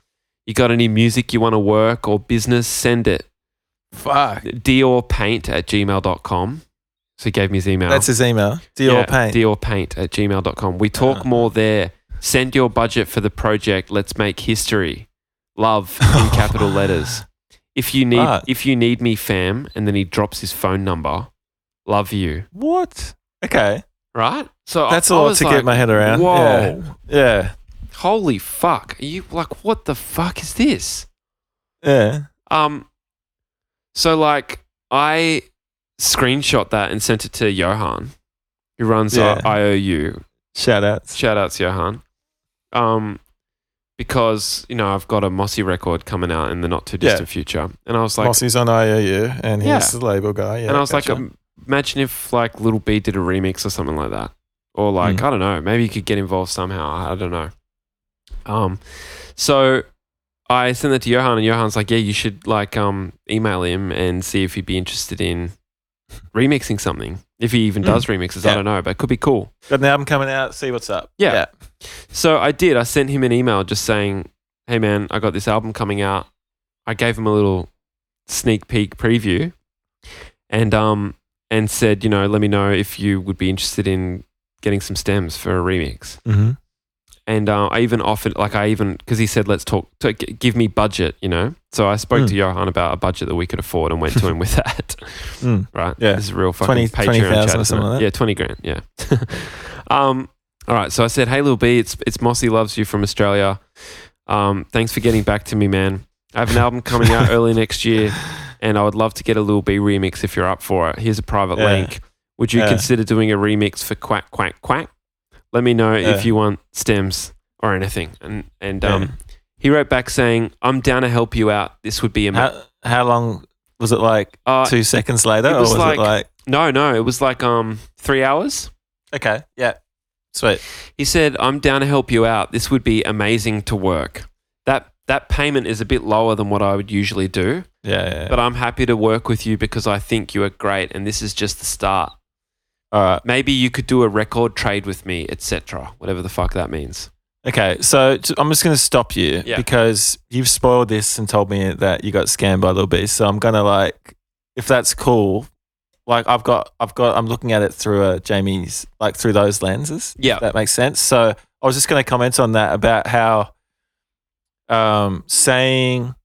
[SPEAKER 2] You got any music you want to work or business, send it.
[SPEAKER 1] Fuck.
[SPEAKER 2] Diorpaint at gmail.com. So he gave me his email.
[SPEAKER 1] That's his email. Dior
[SPEAKER 2] Yeah,
[SPEAKER 1] paint.
[SPEAKER 2] Diorpaint at gmail.com. We talk
[SPEAKER 1] Ah.
[SPEAKER 2] more there. Send your budget for the project. Let's make history. Love in capital letters. If you need
[SPEAKER 1] Ah.
[SPEAKER 2] if you need me, fam, and then he drops his phone number. Love you.
[SPEAKER 1] What? Okay.
[SPEAKER 2] Right? So I-
[SPEAKER 1] That's a
[SPEAKER 2] I
[SPEAKER 1] lot
[SPEAKER 2] was
[SPEAKER 1] to
[SPEAKER 2] like,
[SPEAKER 1] get my head around.
[SPEAKER 2] Whoa.
[SPEAKER 1] Yeah. Yeah.
[SPEAKER 2] Holy fuck. Are you like what the fuck is this?
[SPEAKER 1] Yeah.
[SPEAKER 2] Um so like I screenshot that and sent it to Johan, who runs
[SPEAKER 1] Yeah.
[SPEAKER 2] our IOU.
[SPEAKER 1] Shout outs.
[SPEAKER 2] Shout outs Johan. Um because, you know, I've got a Mossy record coming out in the not too
[SPEAKER 1] Yeah.
[SPEAKER 2] distant future. And I was like
[SPEAKER 1] Mossy's on IOU and he's
[SPEAKER 2] Yeah.
[SPEAKER 1] the label guy. Yeah,
[SPEAKER 2] and I was like,
[SPEAKER 1] gotcha.
[SPEAKER 2] um, imagine if like Little B did a remix or something like that, or like
[SPEAKER 1] Mm.
[SPEAKER 2] I don't know, maybe you could get involved somehow. I don't know. Um, so I sent that to Johan, and Johan's like, yeah, you should like um email him and see if he'd be interested in remixing something. If he even
[SPEAKER 1] Mm.
[SPEAKER 2] does remixes, I
[SPEAKER 1] Yeah.
[SPEAKER 2] don't know, but it could be cool.
[SPEAKER 1] got an album coming out. See what's up.
[SPEAKER 2] Yeah. So I did. I sent him an email just saying, "Hey man, I got this album coming out." I gave him a little sneak peek preview, and um, and said, you know, let me know if you would be interested in getting some stems for a remix.
[SPEAKER 1] Mm-hmm.
[SPEAKER 2] And uh, I even offered, like, I even because he said, "Let's talk. To, g- give me budget," you know. So I spoke
[SPEAKER 1] Mm.
[SPEAKER 2] to Johan about a budget that we could afford, and went to him with that.
[SPEAKER 1] Mm.
[SPEAKER 2] Right?
[SPEAKER 1] Yeah.
[SPEAKER 2] This is real
[SPEAKER 1] 20
[SPEAKER 2] fucking Patreon
[SPEAKER 1] 20,000
[SPEAKER 2] chat,
[SPEAKER 1] or
[SPEAKER 2] isn't
[SPEAKER 1] something
[SPEAKER 2] it?
[SPEAKER 1] like that.
[SPEAKER 2] Yeah, twenty grand. Yeah. Um, all right. So I said, "Hey, Lil B, it's it's Mossy loves you from Australia. Um, thanks for getting back to me, man. I have an album coming out early next year, and I would love to get a Lil B remix if you're up for it. Here's a private
[SPEAKER 1] Yeah.
[SPEAKER 2] link. Would you
[SPEAKER 1] Yeah.
[SPEAKER 2] consider doing a remix for Quack Quack Quack? Let me know
[SPEAKER 1] Yeah.
[SPEAKER 2] if you want stems or anything." And and um,
[SPEAKER 1] Yeah.
[SPEAKER 2] he wrote back saying, "I'm down to help you out. This would be amazing."
[SPEAKER 1] How, how long was it like?
[SPEAKER 2] Uh,
[SPEAKER 1] Two seconds later?
[SPEAKER 2] it
[SPEAKER 1] or
[SPEAKER 2] was
[SPEAKER 1] was
[SPEAKER 2] like-
[SPEAKER 1] it like,
[SPEAKER 2] no, no, it was like um three hours.
[SPEAKER 1] okay, yeah, sweet.
[SPEAKER 2] He said, "I'm down to help you out. This would be amazing to work. That that payment is a bit lower than what I would usually do,
[SPEAKER 1] Yeah, yeah, yeah.
[SPEAKER 2] but I'm happy to work with you because I think you are great and this is just the start.
[SPEAKER 1] All right.
[SPEAKER 2] Maybe you could do a record trade with me, etc. Whatever the fuck that means.
[SPEAKER 1] Okay, so j- I'm just going to stop you
[SPEAKER 2] Yeah.
[SPEAKER 1] because you've spoiled this and told me that you got scammed by Lil B. So I'm going to like, if that's cool, like I've got, I've got, I'm looking at it through a Jamie's, like through those lenses.
[SPEAKER 2] Yeah.
[SPEAKER 1] If that makes sense. So I was just going to comment on that about how um, saying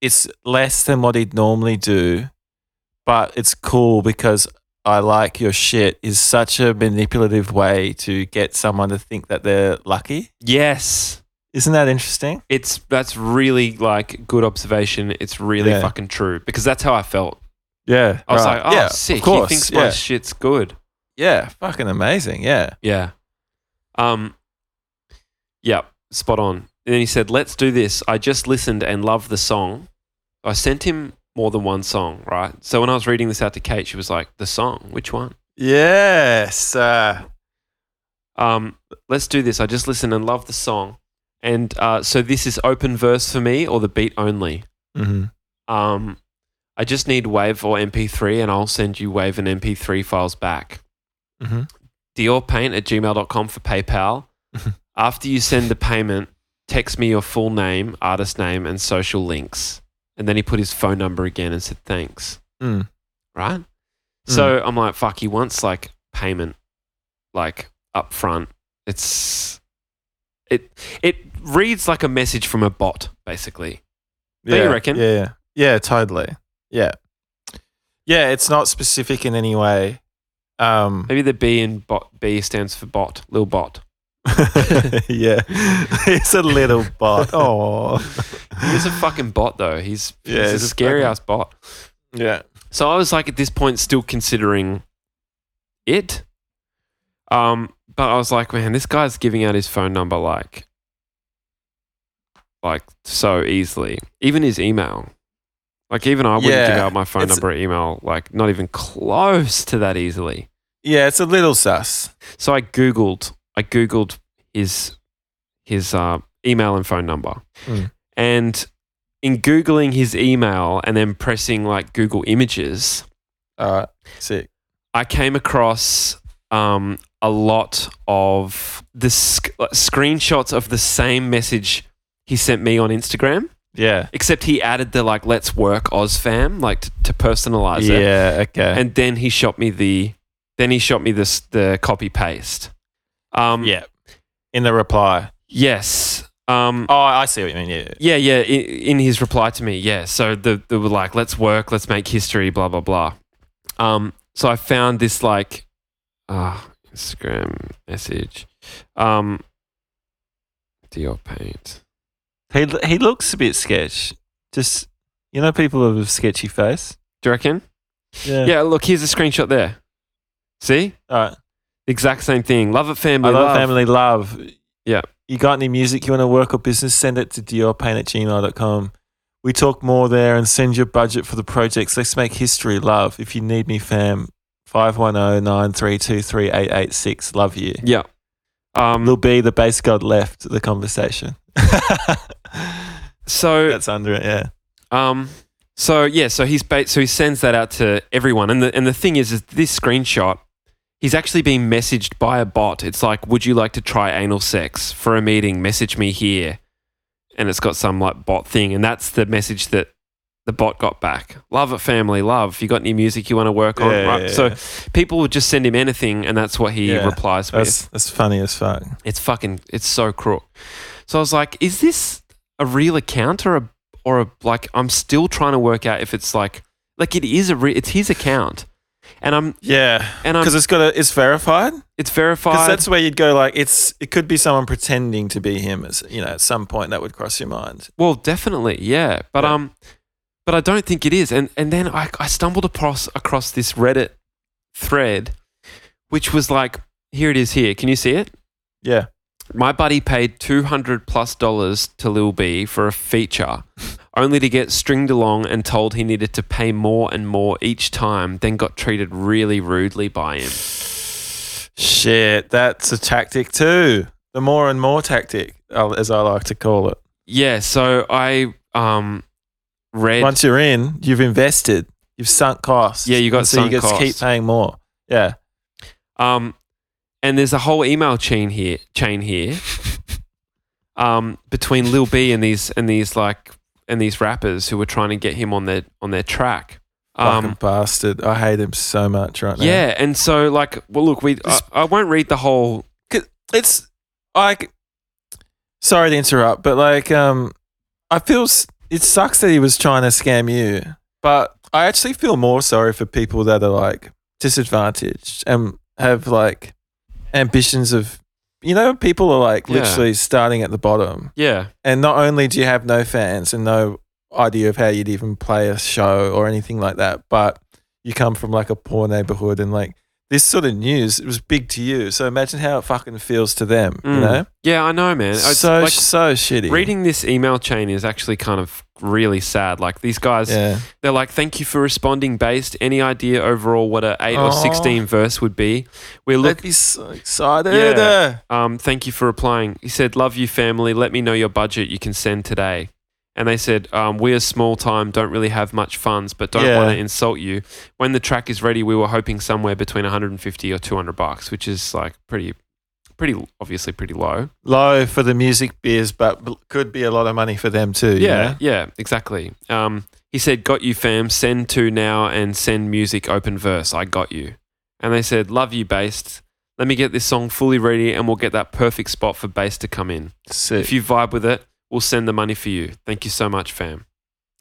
[SPEAKER 1] it's less than what he'd normally do, but it's cool because I like your shit is such a manipulative way to get someone to think that they're lucky.
[SPEAKER 2] Yes,
[SPEAKER 1] Isn't that interesting?
[SPEAKER 2] it's that's really like good observation. It's really
[SPEAKER 1] Yeah.
[SPEAKER 2] fucking true because that's how I felt.
[SPEAKER 1] Yeah.
[SPEAKER 2] I was
[SPEAKER 1] right.
[SPEAKER 2] like, oh,
[SPEAKER 1] yeah,
[SPEAKER 2] sick.
[SPEAKER 1] Of course.
[SPEAKER 2] He thinks my
[SPEAKER 1] yeah.
[SPEAKER 2] shit's good.
[SPEAKER 1] yeah. Fucking amazing. Yeah.
[SPEAKER 2] Yeah. Um Yeah, spot on. And then he said, Let's do this. I just listened and loved the song. I sent him more than one song, right? So when I was reading this out to Kate, she was like, The song, which one?
[SPEAKER 1] Yes. Uh,
[SPEAKER 2] Um, let's do this. I just listened and loved the song. And uh, so this is open verse for me or the beat only.
[SPEAKER 1] hmm
[SPEAKER 2] Um, I just need WAV or MP3 and I'll send you WAV and MP3 files back.
[SPEAKER 1] Mhm.
[SPEAKER 2] DiorPaint at gmail.com for PayPal. After you send the payment, text me your full name, artist name, and social links. And then he put his phone number again and said thanks.
[SPEAKER 1] Mm.
[SPEAKER 2] Right? So I'm like, fuck, he wants like payment, like upfront. It's. It, it reads like a message from a bot, basically. Don't you
[SPEAKER 1] yeah,
[SPEAKER 2] reckon?
[SPEAKER 1] Yeah, yeah. Yeah, totally. Yeah. Yeah, it's not specific in any way. Um,
[SPEAKER 2] Maybe the B in bot, B stands for bot, little bot.
[SPEAKER 1] yeah. It's a little bot. Oh.
[SPEAKER 2] He is a fucking bot though. He's,
[SPEAKER 1] Yeah,
[SPEAKER 2] he's
[SPEAKER 1] he's
[SPEAKER 2] a
[SPEAKER 1] a
[SPEAKER 2] scary
[SPEAKER 1] fucking-
[SPEAKER 2] ass bot.
[SPEAKER 1] Yeah.
[SPEAKER 2] So I was like at this point still considering it. Um, but I was like, man, this guy's giving out his phone number like like so easily. Even his email. Like even I wouldn't give
[SPEAKER 1] Yeah,
[SPEAKER 2] out my phone
[SPEAKER 1] it's-
[SPEAKER 2] number or email, like not even close to that easily.
[SPEAKER 1] Yeah, it's a little sus.
[SPEAKER 2] So I googled, I googled his his uh, email and phone number,
[SPEAKER 1] Mm.
[SPEAKER 2] and in googling his email and then pressing like Google Images,
[SPEAKER 1] All right. Sick.
[SPEAKER 2] I came across um, a lot of the sc- like, screenshots of the same message he sent me on Instagram,
[SPEAKER 1] Yeah.
[SPEAKER 2] except he added the like "Let's work Oz fam" like to, to personalize it,
[SPEAKER 1] Yeah, okay.
[SPEAKER 2] and then he shot me the then he shot me this the copy paste. Um,
[SPEAKER 1] yeah. Mm. In the reply.
[SPEAKER 2] Yes. Um,
[SPEAKER 1] Oh, I see what you mean. Yeah.
[SPEAKER 2] yeah, yeah. i- In, in his reply to me, yeah. So the, they were like, "Let's work, let's make history," blah blah blah. Um, so I found this like uh, Instagram message. Um, Dior paint.
[SPEAKER 1] He he looks a bit sketch. Just you know, people with a sketchy face.
[SPEAKER 2] Do you reckon? Yeah. Look, here's a screenshot there. See,
[SPEAKER 1] All right.
[SPEAKER 2] exact same thing. Love it, family.
[SPEAKER 1] I love,
[SPEAKER 2] love.
[SPEAKER 1] family love.
[SPEAKER 2] Yeah.
[SPEAKER 1] You got any music you want to work or business? Send it to diorpain at gmail.com. We talk more there and send your budget for the projects. Let's make history. Love. If you need me, fam. oh, 510-932-3886. Love you.
[SPEAKER 2] Yeah. Um,
[SPEAKER 1] Lil B, the bass god, left the conversation.
[SPEAKER 2] so
[SPEAKER 1] That's under it, yeah.
[SPEAKER 2] Um, so yeah, so he's ba- so he sends that out to everyone, and the and the thing is, is this screenshot, he's actually being messaged by a bot. It's like, would you like to try anal sex for a meeting? Message me here, and it's got some like bot thing, and that's the message that the bot got back. Love it, family, love. You got any music you want to work on?
[SPEAKER 1] Yeah,
[SPEAKER 2] right.
[SPEAKER 1] yeah, yeah.
[SPEAKER 2] So people would just send him anything, and that's what he
[SPEAKER 1] Yeah.
[SPEAKER 2] replies with.
[SPEAKER 1] That's, that's funny as fuck.
[SPEAKER 2] It's fucking. It's so crook. So I was like, is this a real account or a or a like? I'm still trying to work out if it's like like it is a re- it's his account, and I'm
[SPEAKER 1] Yeah,
[SPEAKER 2] and I'm
[SPEAKER 1] because it's got a, it's verified.
[SPEAKER 2] it's
[SPEAKER 1] Because
[SPEAKER 2] verified.
[SPEAKER 1] that's where you'd go. Like it's it could be someone pretending to be him. As you know, at some point that would cross your mind.
[SPEAKER 2] Well, definitely, yeah. But
[SPEAKER 1] Yeah.
[SPEAKER 2] um, but I don't think it is. And and then I, I stumbled across across this Reddit thread, which was like, here it is. Here, can you see it?
[SPEAKER 1] Yeah.
[SPEAKER 2] My buddy paid two hundred plus dollars to Lil B for a feature, only to get stringed along and told he needed to pay more and more each time. Then got treated really rudely by him.
[SPEAKER 1] Shit, that's a tactic too. The more and more tactic, uh, as I like to call it.
[SPEAKER 2] Yeah. So I um read.
[SPEAKER 1] Once you're in, you've invested. You've sunk costs.
[SPEAKER 2] Yeah, you got
[SPEAKER 1] And so
[SPEAKER 2] sunk
[SPEAKER 1] you just keep
[SPEAKER 2] costs.
[SPEAKER 1] paying more. Yeah.
[SPEAKER 2] Um, and there's a whole email chain here, chain here, um, between Lil B and these and these like and these rappers who were trying to get him on their on their track.
[SPEAKER 1] Fucking
[SPEAKER 2] Um,
[SPEAKER 1] bastard. I hate him so much right now.
[SPEAKER 2] yeah, and so like, well, look, we I,
[SPEAKER 1] This-
[SPEAKER 2] I won't read the whole.
[SPEAKER 1] it's like sorry to interrupt but like um i feel s- it sucks that he was trying to scam you but i actually feel more sorry for people that are like disadvantaged and have like ambitions of you know people are like
[SPEAKER 2] Yeah.
[SPEAKER 1] literally starting at the bottom
[SPEAKER 2] Yeah,
[SPEAKER 1] and not only do you have no fans and no idea of how you'd even play a show or anything like that but you come from like a poor neighborhood and like this sort of news it was big to you so imagine how it fucking feels to them you
[SPEAKER 2] Mm.
[SPEAKER 1] know
[SPEAKER 2] yeah, I know, man. It's
[SPEAKER 1] so
[SPEAKER 2] like,
[SPEAKER 1] so shitty
[SPEAKER 2] reading this email chain is actually kind of really sad. Like these guys,
[SPEAKER 1] yeah
[SPEAKER 2] They're like, thank you for responding based. Any idea overall what a 8 or
[SPEAKER 1] Aw.
[SPEAKER 2] 16 verse would be? We're
[SPEAKER 1] look
[SPEAKER 2] looking.
[SPEAKER 1] I'd be so excited
[SPEAKER 2] Yeah. Um, thank you for replying. He said, Love you, family. Let me know your budget you can send today. And they said, um, We're small time, don't really have much funds, but don't
[SPEAKER 1] Yeah.
[SPEAKER 2] want to insult you. When the track is ready, we were hoping somewhere between 150 or 200 bucks, which is like pretty, pretty, obviously pretty low.
[SPEAKER 1] low for the music biz but b- could be a lot of money for them too you
[SPEAKER 2] Yeah,
[SPEAKER 1] know?
[SPEAKER 2] yeah, exactly. Um, he said, "Got you, fam. Send to now and send music open verse. I got you." And they said, "Love you, based. Let me get this song fully ready, and we'll get that perfect spot for bass to come in.
[SPEAKER 1] sick
[SPEAKER 2] If you vibe with it, we'll send the money for you. Thank you so much, fam."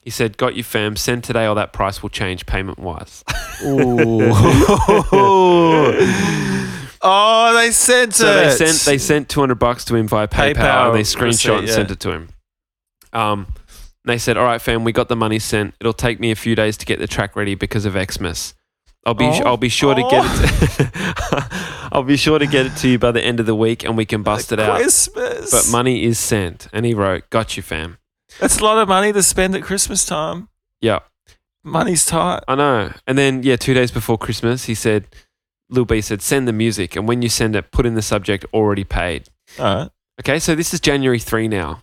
[SPEAKER 2] He said, "Got you, fam. Send today, or that price will change payment wise."
[SPEAKER 1] Ooh. oh they sent
[SPEAKER 2] so they
[SPEAKER 1] it
[SPEAKER 2] sent they sent two hundred bucks to him via PayPal,
[SPEAKER 1] PayPal
[SPEAKER 2] and they
[SPEAKER 1] receipt,
[SPEAKER 2] screenshot and
[SPEAKER 1] yeah.
[SPEAKER 2] sent it to him. Um, they said, "All right, fam, we got the money sent. It'll take me a few days to get the track ready because of Xmas. I'll be
[SPEAKER 1] Oh.
[SPEAKER 2] I'll be sure to get it. I'll be sure to get it to you by the end of the week, and we can bust it out.
[SPEAKER 1] Christmas.
[SPEAKER 2] But money is sent." And he wrote, "Got you, fam.
[SPEAKER 1] That's a lot of money to spend at Christmas time.
[SPEAKER 2] Yeah,
[SPEAKER 1] Money's tight.
[SPEAKER 2] I know." And then yeah, two days before Christmas, he said, "Lil B said, send the music, and when you send it, put in the subject already paid."
[SPEAKER 1] All right.
[SPEAKER 2] Okay, so this is January three now,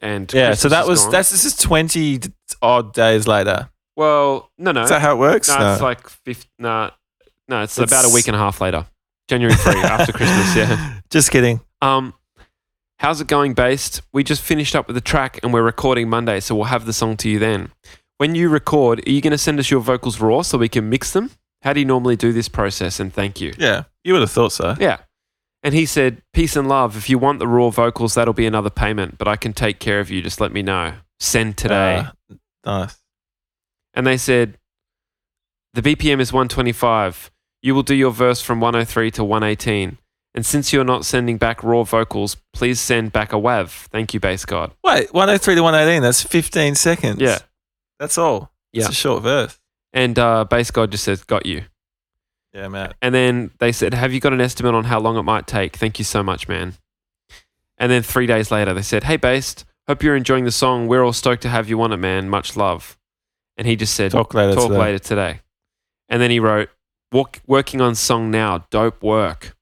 [SPEAKER 2] and
[SPEAKER 1] Yeah.
[SPEAKER 2] Christmas
[SPEAKER 1] so that
[SPEAKER 2] is
[SPEAKER 1] was
[SPEAKER 2] gone.
[SPEAKER 1] that's this is twenty odd days later.
[SPEAKER 2] well, no, no,
[SPEAKER 1] Is that how it works?
[SPEAKER 2] no, it's like fifth, no, no, it's, about a week and a half later, January three after Christmas. Yeah.
[SPEAKER 1] Just kidding.
[SPEAKER 2] Um, how's it going, Based? We just finished up with the track and we're recording Monday, so we'll have the song to you then. When you record, are you going to send us your vocals raw so we can mix them? How do you normally do this process? And thank you.
[SPEAKER 1] Yeah. You would have thought so.
[SPEAKER 2] Yeah. And he said, Peace and love. If you want the raw vocals, that'll be another payment, but I can take care of you. Just let me know. Send today.
[SPEAKER 1] Uh, nice.
[SPEAKER 2] and they said, the BPM is 125. You will do your verse from 103 to 118. And since you're not sending back raw vocals, please send back a WAV. Thank you, Bass God.
[SPEAKER 1] Wait, one hundred three to one eighteen. That's fifteen seconds.
[SPEAKER 2] Yeah.
[SPEAKER 1] That's all.
[SPEAKER 2] Yeah.
[SPEAKER 1] It's a short verse.
[SPEAKER 2] And uh, Bass God just says, got you.
[SPEAKER 1] Yeah, Matt.
[SPEAKER 2] And then they said, have you got an estimate on how long it might take? Thank you so much, man. And then three days later, they said, hey, Bass, hope you're enjoying the song. We're all stoked to have you on it, man. Much love. And he just said,
[SPEAKER 1] Talk later.
[SPEAKER 2] talk
[SPEAKER 1] today.
[SPEAKER 2] later today. And then he wrote, Walk, working on song now, dope work.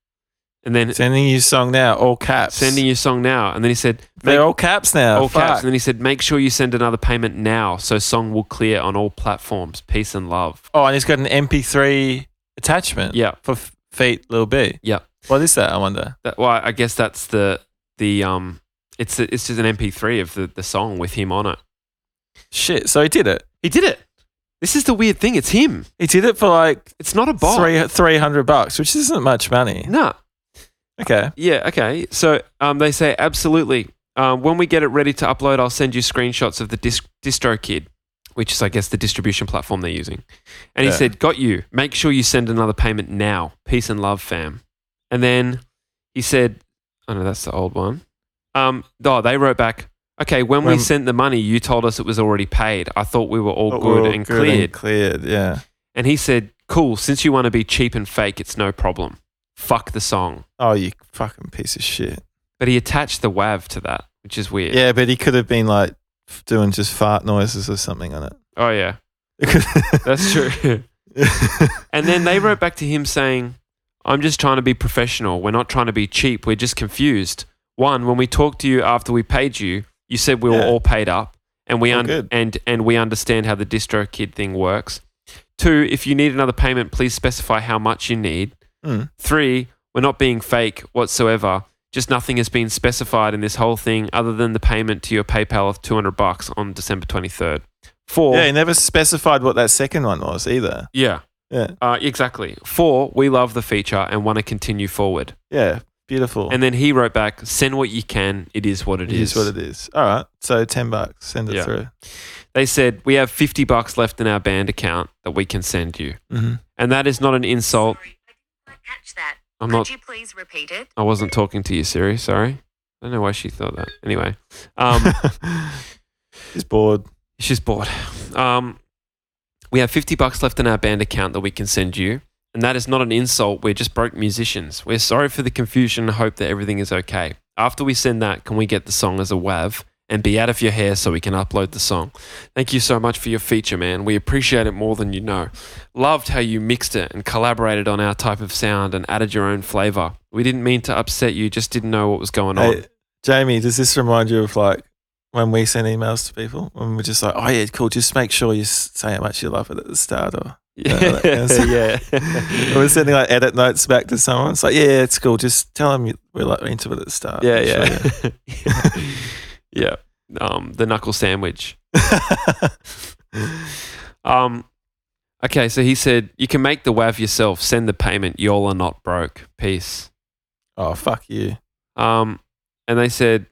[SPEAKER 2] And then
[SPEAKER 1] Sending you song now. All caps.
[SPEAKER 2] sending you song now. And then he said,
[SPEAKER 1] They're
[SPEAKER 2] make-
[SPEAKER 1] all caps now.
[SPEAKER 2] all
[SPEAKER 1] Fuck.
[SPEAKER 2] caps. And then he said, make sure you send another payment now so song will clear on all platforms. Peace and love.
[SPEAKER 1] Oh, and he's got an MP3 attachment.
[SPEAKER 2] Yeah.
[SPEAKER 1] For f- feet, little B.
[SPEAKER 2] Yeah.
[SPEAKER 1] What is that? I wonder.
[SPEAKER 2] That, well, I guess that's the, the, um, it's, it's just an MP3 of the, the song with him on it.
[SPEAKER 1] Shit. So he did it.
[SPEAKER 2] He did it. This is the weird thing. It's him.
[SPEAKER 1] He did it for like
[SPEAKER 2] It's not a bot.
[SPEAKER 1] three three hundred bucks, which isn't much money.
[SPEAKER 2] Nah.
[SPEAKER 1] Okay.
[SPEAKER 2] Yeah, okay. So um, they say, absolutely. Um, when we get it ready to upload, I'll send you screenshots of the dis- distro kid. which is, I guess, the distribution platform they're using. And he
[SPEAKER 1] Yeah.
[SPEAKER 2] said, Got you. Make sure you send another payment now. Peace and love, fam. And then he said, Oh, no, that's the old one. Um, oh, they wrote back, Okay, when, we
[SPEAKER 1] When-
[SPEAKER 2] sent the money, you told us it was already paid. I thought we were all
[SPEAKER 1] But
[SPEAKER 2] good
[SPEAKER 1] we're all
[SPEAKER 2] and cleared.
[SPEAKER 1] cleared, yeah.
[SPEAKER 2] And he said, Cool, since you want to be cheap and fake, it's no problem. Fuck the song.
[SPEAKER 1] Oh, you fucking piece of shit.
[SPEAKER 2] But he attached the WAV to that, which is weird.
[SPEAKER 1] Yeah, but he could have been like f- doing just fart noises or something on
[SPEAKER 2] Oh, yeah.
[SPEAKER 1] it.
[SPEAKER 2] That's true. and then they wrote back to him saying, I'm just trying to be professional. We're not trying to be cheap. We're just confused. One, when we talked to you after we paid you, you said we were
[SPEAKER 1] Yeah.
[SPEAKER 2] all paid up and we
[SPEAKER 1] All
[SPEAKER 2] un-
[SPEAKER 1] good.
[SPEAKER 2] and and we understand how the distro kid thing works. Two, if you need another payment, please specify how much you need.
[SPEAKER 1] Mm.
[SPEAKER 2] Three, we're not being fake whatsoever. Just nothing has been specified in this whole thing other than the payment to your PayPal of 200 bucks on December 23rd. Four,
[SPEAKER 1] Yeah, he never specified what that second one was either.
[SPEAKER 2] yeah.
[SPEAKER 1] Yeah.
[SPEAKER 2] Uh, exactly. Four, we love the feature and want to continue forward.
[SPEAKER 1] Yeah, beautiful.
[SPEAKER 2] And then he wrote back, send what you can. It is what it
[SPEAKER 1] it
[SPEAKER 2] is.
[SPEAKER 1] is what it is. All right, so ten bucks, send it
[SPEAKER 2] Yeah.
[SPEAKER 1] through.
[SPEAKER 2] They said, we have 50 bucks left in our band account that we can send you.
[SPEAKER 1] Mm-hmm.
[SPEAKER 2] And that is not an insult.
[SPEAKER 4] Sorry, I did not catch that.
[SPEAKER 2] I'm
[SPEAKER 4] Could
[SPEAKER 2] not,
[SPEAKER 4] you please repeat it?
[SPEAKER 2] I wasn't talking to you, Siri. Sorry. I don't know why she thought that. Anyway, um,
[SPEAKER 1] He's bored.
[SPEAKER 2] she's bored. Um, we have 50 bucks left in our band account that we can send you. And that is not an insult. We're just broke musicians. We're sorry for the confusion and hope that everything is okay. After we send that, can we get the song as a WAV and be out of your hair so we can upload the song? Thank you so much for your feature, man. We appreciate it more than you know. Loved how you mixed it and collaborated on our type of sound and added your own flavor. We didn't mean to upset you, just didn't know what was going on.
[SPEAKER 1] Hey, Jamie, does this remind you of like when we send emails to people and we're just like, oh yeah, cool. Just make sure you s- say how much you love it at the start, or
[SPEAKER 2] yeah.
[SPEAKER 1] Or we're sending like edit notes back to someone. It's like, yeah, it's cool. Just tell them you, we're like into it at the start.
[SPEAKER 2] Yeah,
[SPEAKER 1] Make Uh, sure
[SPEAKER 2] yeah. yeah. Um, the knuckle sandwich. Um, okay, so he said, You can make the WAV yourself, send the payment. Y'all are not broke. Peace.
[SPEAKER 1] oh fuck you.
[SPEAKER 2] Um, and they said,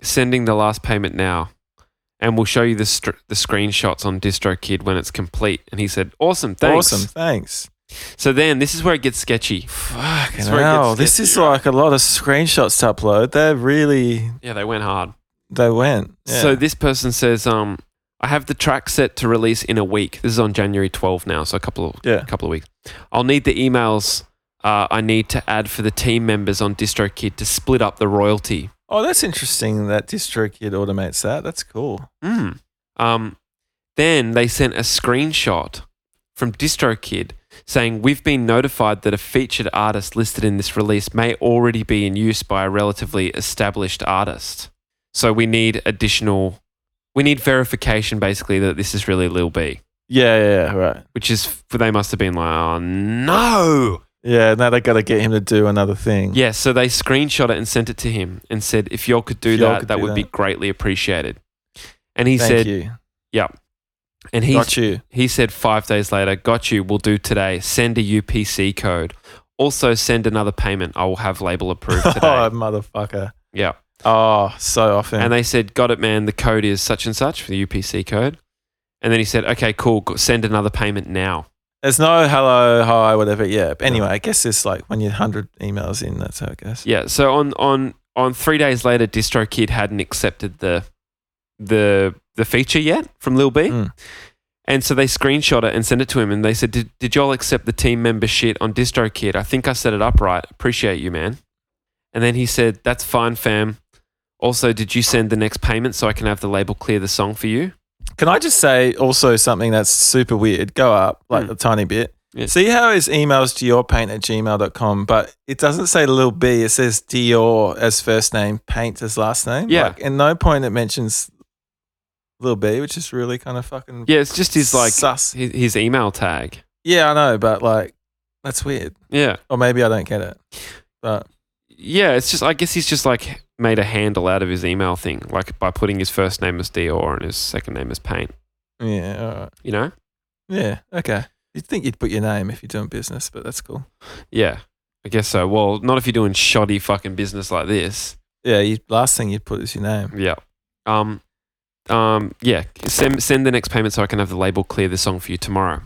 [SPEAKER 2] Sending the last payment now. And we'll show you the, str- the screenshots on DistroKid when it's complete. And he said, Awesome, thanks.
[SPEAKER 1] Awesome. Thanks.
[SPEAKER 2] So then this is where it gets sketchy.
[SPEAKER 1] Fucking
[SPEAKER 2] That's where it gets
[SPEAKER 1] hell. This
[SPEAKER 2] sketchy,
[SPEAKER 1] is
[SPEAKER 2] right?
[SPEAKER 1] like a lot of screenshots to upload. They're really
[SPEAKER 2] Yeah, they went hard.
[SPEAKER 1] they went. Yeah.
[SPEAKER 2] So this person says, um, I have the track set to release in a week. This is on January 12 now, so a couple of
[SPEAKER 1] yeah.
[SPEAKER 2] a couple of weeks. I'll need the emails uh, I need to add for the team members on DistroKid to split up the royalty.
[SPEAKER 1] Oh, that's interesting that DistroKid automates that. That's cool.
[SPEAKER 2] Mm. Um, then they sent a screenshot from DistroKid saying, We've been notified that a featured artist listed in this release may already be in use by a relatively established artist. So we need additional, we need verification basically that this is really Lil B,
[SPEAKER 1] Yeah, yeah, yeah, right.
[SPEAKER 2] which is, they must have been like, Oh no.
[SPEAKER 1] Yeah, now they got to get him to do another thing.
[SPEAKER 2] Yeah, so they screenshot it and sent it to him and said, if y'all could do
[SPEAKER 1] If y'all
[SPEAKER 2] that,
[SPEAKER 1] could
[SPEAKER 2] that
[SPEAKER 1] do
[SPEAKER 2] would be
[SPEAKER 1] that."
[SPEAKER 2] greatly appreciated. And he
[SPEAKER 1] Thank
[SPEAKER 2] said,
[SPEAKER 1] you.
[SPEAKER 2] and he
[SPEAKER 1] Got you.
[SPEAKER 2] he said five days later, got you, we'll do today. Send a UPC code. Also send another payment. I will have label approved today.
[SPEAKER 1] Oh, motherfucker.
[SPEAKER 2] yeah.
[SPEAKER 1] Oh, so often.
[SPEAKER 2] And they said, got it, man. The code is such and such for the UPC code. And then he said, okay, cool. Go- Send another payment now.
[SPEAKER 1] There's no hello, hi, whatever. Yeah. But anyway, I guess it's like when you're 100 emails in, that's how it goes.
[SPEAKER 2] Yeah. So on on on three days later, DistroKid hadn't accepted the the the feature yet from Lil B,
[SPEAKER 1] Mm.
[SPEAKER 2] and so they screenshot it and sent it to him, and they said, "Did, did y'all accept the team member shit on DistroKid? I think I set it up right. Appreciate you, man." And then he said, "That's fine, fam." Also, did you send the next payment so I can have the label clear the song for you?
[SPEAKER 1] Can I just say also something that's super weird? Go up like
[SPEAKER 2] Hmm.
[SPEAKER 1] a tiny bit.
[SPEAKER 2] Yeah.
[SPEAKER 1] See how his emails to paint at gmail.com, but it doesn't say Lil B, it says Dior as first name, paint as last name.
[SPEAKER 2] Yeah.
[SPEAKER 1] Like, at no point it mentions Lil B, which is really kind of fucking
[SPEAKER 2] Yeah, it's just his like
[SPEAKER 1] sus.
[SPEAKER 2] his, his email tag.
[SPEAKER 1] Yeah, I know, but like, that's weird.
[SPEAKER 2] Yeah,
[SPEAKER 1] Or maybe I don't get it. But
[SPEAKER 2] yeah. It's just I guess he's just like made a handle out of his email thing, like by putting his first name as Dior and his second name as Paint.
[SPEAKER 1] yeah, all right.
[SPEAKER 2] You know?
[SPEAKER 1] Yeah, okay. You'd think you'd put your name if you're doing business, but that's cool.
[SPEAKER 2] Yeah, I guess so. Well, not if you're doing shoddy fucking business like this.
[SPEAKER 1] Yeah, you, last thing you'd put is your name.
[SPEAKER 2] Yeah. Um, um, yeah, send, send the next payment so I can have the label clear the song for you tomorrow.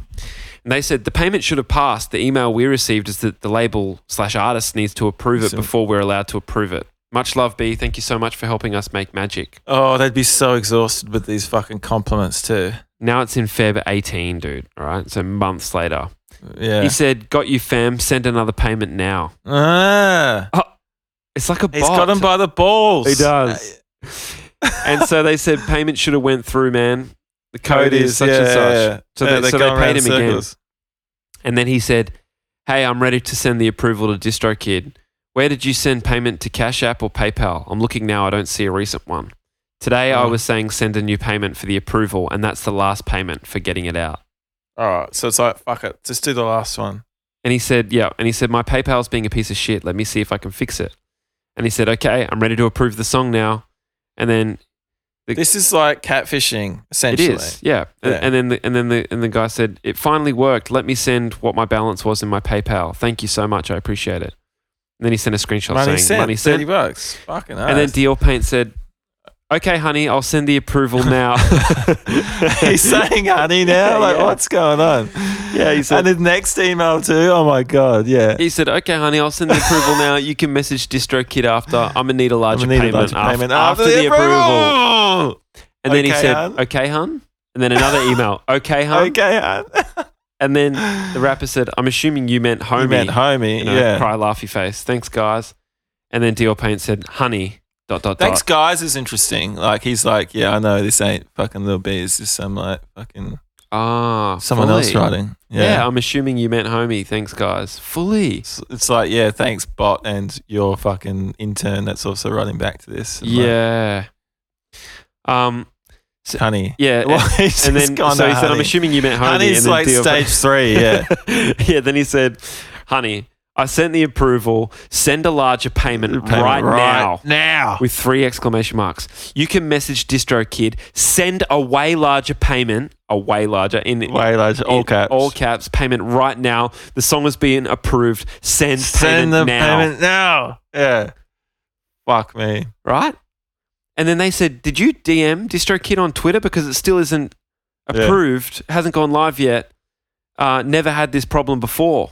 [SPEAKER 2] And they said the payment should have passed. The email we received is that the label slash artist needs to approve it
[SPEAKER 1] So-
[SPEAKER 2] before we're allowed to approve it. Much love, B. Thank you so much for helping us make magic.
[SPEAKER 1] Oh, they'd be so exhausted with these fucking compliments too.
[SPEAKER 2] Now it's in Feb 18, dude. All right. So months later.
[SPEAKER 1] Yeah.
[SPEAKER 2] He said, Got you, fam. Send another payment now. Oh,
[SPEAKER 1] Ah,
[SPEAKER 2] It's like a
[SPEAKER 1] he's
[SPEAKER 2] bot.
[SPEAKER 1] got him by the balls. Uh,
[SPEAKER 2] He does. and so they said payment should have went through, man. The code is such and such. So they- so they
[SPEAKER 1] going
[SPEAKER 2] paid
[SPEAKER 1] around
[SPEAKER 2] him again. And then he said, Hey, I'm ready to send the approval to DistroKid. Where did you send payment to Cash App or PayPal? I'm looking now, I don't see a recent one. Today I
[SPEAKER 1] Mm.
[SPEAKER 2] was saying send a new payment for the approval, and that's the last payment for getting it out.
[SPEAKER 1] All right, so it's like fuck it, just do the last one.
[SPEAKER 2] And he said, Yeah. And he said, My PayPal's being a piece of shit. Let me see if I can fix it. And he said, Okay, I'm ready to approve the song now. And then
[SPEAKER 1] This is like catfishing,
[SPEAKER 2] it
[SPEAKER 1] essentially.
[SPEAKER 2] is, yeah. And,
[SPEAKER 1] Yeah.
[SPEAKER 2] and then the, and then the and the guy said, "It finally worked. Let me send what my balance was in my PayPal. Thank you so much. I appreciate it." And then he sent a screenshot
[SPEAKER 1] Money
[SPEAKER 2] saying,
[SPEAKER 1] sent,
[SPEAKER 2] "Money
[SPEAKER 1] thirty
[SPEAKER 2] sent."
[SPEAKER 1] bucks. Fucking
[SPEAKER 2] And then Dior Paint said, "Okay, honey, I'll send the approval now."
[SPEAKER 1] he's saying honey now. Like
[SPEAKER 2] Yeah.
[SPEAKER 1] what's going on?
[SPEAKER 2] Yeah, he said-
[SPEAKER 1] And his next email too. Oh my god, yeah.
[SPEAKER 2] He said, "Okay, honey, I'll send the approval now. You can message DistroKid after. I'm gonna need a larger
[SPEAKER 1] I'm gonna need
[SPEAKER 2] payment,
[SPEAKER 1] a larger
[SPEAKER 2] af-
[SPEAKER 1] payment
[SPEAKER 2] after, the approval."
[SPEAKER 1] approval.
[SPEAKER 2] And then he
[SPEAKER 1] Okay,
[SPEAKER 2] said,
[SPEAKER 1] hun.
[SPEAKER 2] "Okay, hun." And then another email, "Okay, hun."
[SPEAKER 1] Okay, uh, hun.
[SPEAKER 2] And then the rapper said, "I'm assuming you meant homie."
[SPEAKER 1] you meant homie.
[SPEAKER 2] you know,
[SPEAKER 1] yeah.
[SPEAKER 2] cry laughy face. Thanks, guys. And then Dior Paint said, honey, dot, dot,
[SPEAKER 1] Thanks,
[SPEAKER 2] dot.
[SPEAKER 1] guys. Is interesting. Like he's like, yeah, I know this ain't fucking little B. It's just some like fucking
[SPEAKER 2] Ah,
[SPEAKER 1] someone
[SPEAKER 2] fully.
[SPEAKER 1] else writing.
[SPEAKER 2] Yeah.
[SPEAKER 1] Yeah.
[SPEAKER 2] I'm assuming you meant homie. Thanks, guys. Fully.
[SPEAKER 1] It's, it's like, yeah, thanks, bot, and your fucking intern that's also writing back to this. And, like,
[SPEAKER 2] Yeah. Um.
[SPEAKER 1] honey.
[SPEAKER 2] Yeah.
[SPEAKER 1] Well,
[SPEAKER 2] and-
[SPEAKER 1] he's
[SPEAKER 2] and
[SPEAKER 1] just
[SPEAKER 2] then so
[SPEAKER 1] gone to
[SPEAKER 2] he said, I'm
[SPEAKER 1] honey.
[SPEAKER 2] assuming you meant homie. and
[SPEAKER 1] Honey's
[SPEAKER 2] then
[SPEAKER 1] like
[SPEAKER 2] Dior
[SPEAKER 1] stage three. Yeah.
[SPEAKER 2] Paint- yeah. Then he said, honey, I sent the approval. Send a larger payment,
[SPEAKER 1] Payment
[SPEAKER 2] right, now.
[SPEAKER 1] Now.
[SPEAKER 2] With three exclamation marks. You can message DistroKid. Send a way larger payment. A way larger in
[SPEAKER 1] Way large, all
[SPEAKER 2] in
[SPEAKER 1] caps.
[SPEAKER 2] All caps. Payment right now. The song is being approved. Send,
[SPEAKER 1] Send
[SPEAKER 2] payment
[SPEAKER 1] the
[SPEAKER 2] now.
[SPEAKER 1] payment now. Yeah. Fuck me.
[SPEAKER 2] Right? And then they said, Did you DM DistroKid on Twitter? Because it still isn't
[SPEAKER 1] Yeah.
[SPEAKER 2] approved, hasn't gone live yet. Uh, never had this problem before.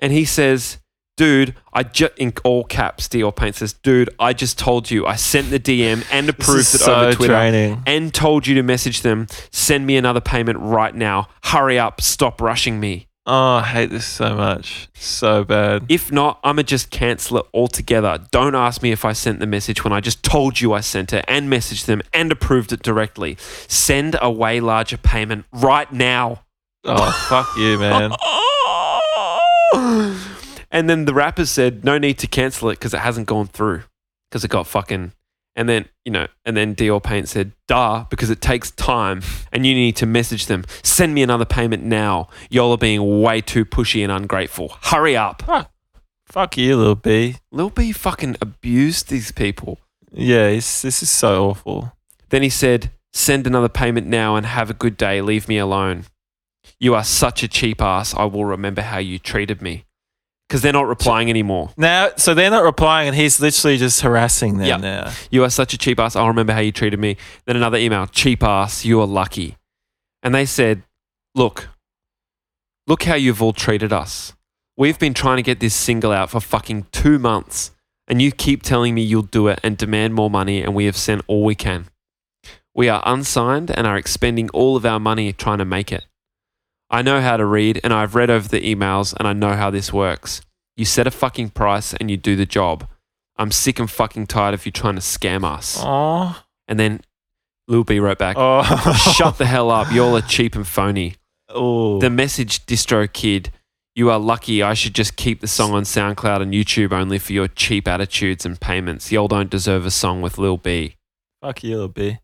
[SPEAKER 2] And he says, Dude, I just, in all caps, Dior Paint says, Dude, I just told you. I sent the DM and
[SPEAKER 1] This
[SPEAKER 2] approved
[SPEAKER 1] is
[SPEAKER 2] it
[SPEAKER 1] so
[SPEAKER 2] over Twitter.
[SPEAKER 1] draining.
[SPEAKER 2] and told you to message them, send me another payment right now. Hurry up, stop rushing me.
[SPEAKER 1] Oh, I hate this so much. So bad.
[SPEAKER 2] If not, I'ma just cancel it altogether. Don't ask me if I sent the message when I just told you I sent it and messaged them and approved it directly. Send a way larger payment right now.
[SPEAKER 1] Oh, fuck you, man.
[SPEAKER 2] And then the rapper said, no need to cancel it because it hasn't gone through because it got fucking. And then, you know, and then Dior Paint said, duh, because it takes time and you need to message them. Send me another payment now. Y'all are being way too pushy and ungrateful. Hurry up.
[SPEAKER 1] Fuck you, little B.
[SPEAKER 2] Lil B fucking abused these people.
[SPEAKER 1] Yeah, it's, this is so awful.
[SPEAKER 2] Then he said, send another payment now and have a good day. Leave me alone. You are such a cheap ass. I will remember how you treated me. Because they're not replying anymore.
[SPEAKER 1] Now, so they're not replying, and he's literally just harassing them
[SPEAKER 2] Yep.
[SPEAKER 1] now.
[SPEAKER 2] You are such a cheap ass. I'll remember how you treated me. Then another email, cheap ass, you are lucky. And they said, Look, look how you've all treated us. We've been trying to get this single out for fucking two months, and you keep telling me you'll do it and demand more money, and we have sent all we can. We are unsigned and are expending all of our money trying to make it. I know how to read, and I've read over the emails, and I know how this works. You set a fucking price and you do the job. I'm sick and fucking tired of you trying to scam us.
[SPEAKER 1] Oh,
[SPEAKER 2] And then Lil B wrote back,
[SPEAKER 1] oh,
[SPEAKER 2] Shut the hell up. Y'all are cheap and phony.
[SPEAKER 1] Oh,
[SPEAKER 2] The message, Distro Kid, you are lucky. I should just keep the song on SoundCloud and YouTube only for your cheap attitudes and payments. Y'all don't deserve a song with Lil B.
[SPEAKER 1] fuck you, little B.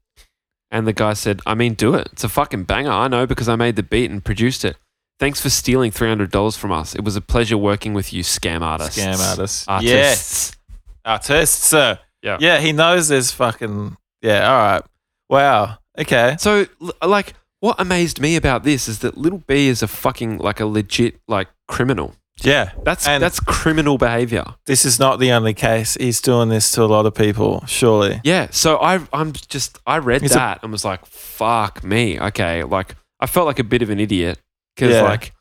[SPEAKER 2] And the guy said, I mean, do it. It's a fucking banger. I know because I made the beat and produced it. Thanks for stealing $300 from us. It was a pleasure working with you, scam artists.
[SPEAKER 1] Scam artist. Yes,
[SPEAKER 2] Artists.
[SPEAKER 1] artist, sir.
[SPEAKER 2] Yeah.
[SPEAKER 1] yeah. He knows there's fucking. Yeah. All right. Wow. Okay.
[SPEAKER 2] So, l- like, what amazed me about this is that Little B is a fucking like a legit like criminal.
[SPEAKER 1] Yeah.
[SPEAKER 2] That's
[SPEAKER 1] And-
[SPEAKER 2] that's criminal behavior.
[SPEAKER 1] This is not the only case. He's doing this to a lot of people, surely.
[SPEAKER 2] Yeah. So I I'm just I read
[SPEAKER 1] It's a-
[SPEAKER 2] that and was like, fuck me. Okay. Like I felt like a bit of an idiot because
[SPEAKER 1] Yeah.
[SPEAKER 2] like,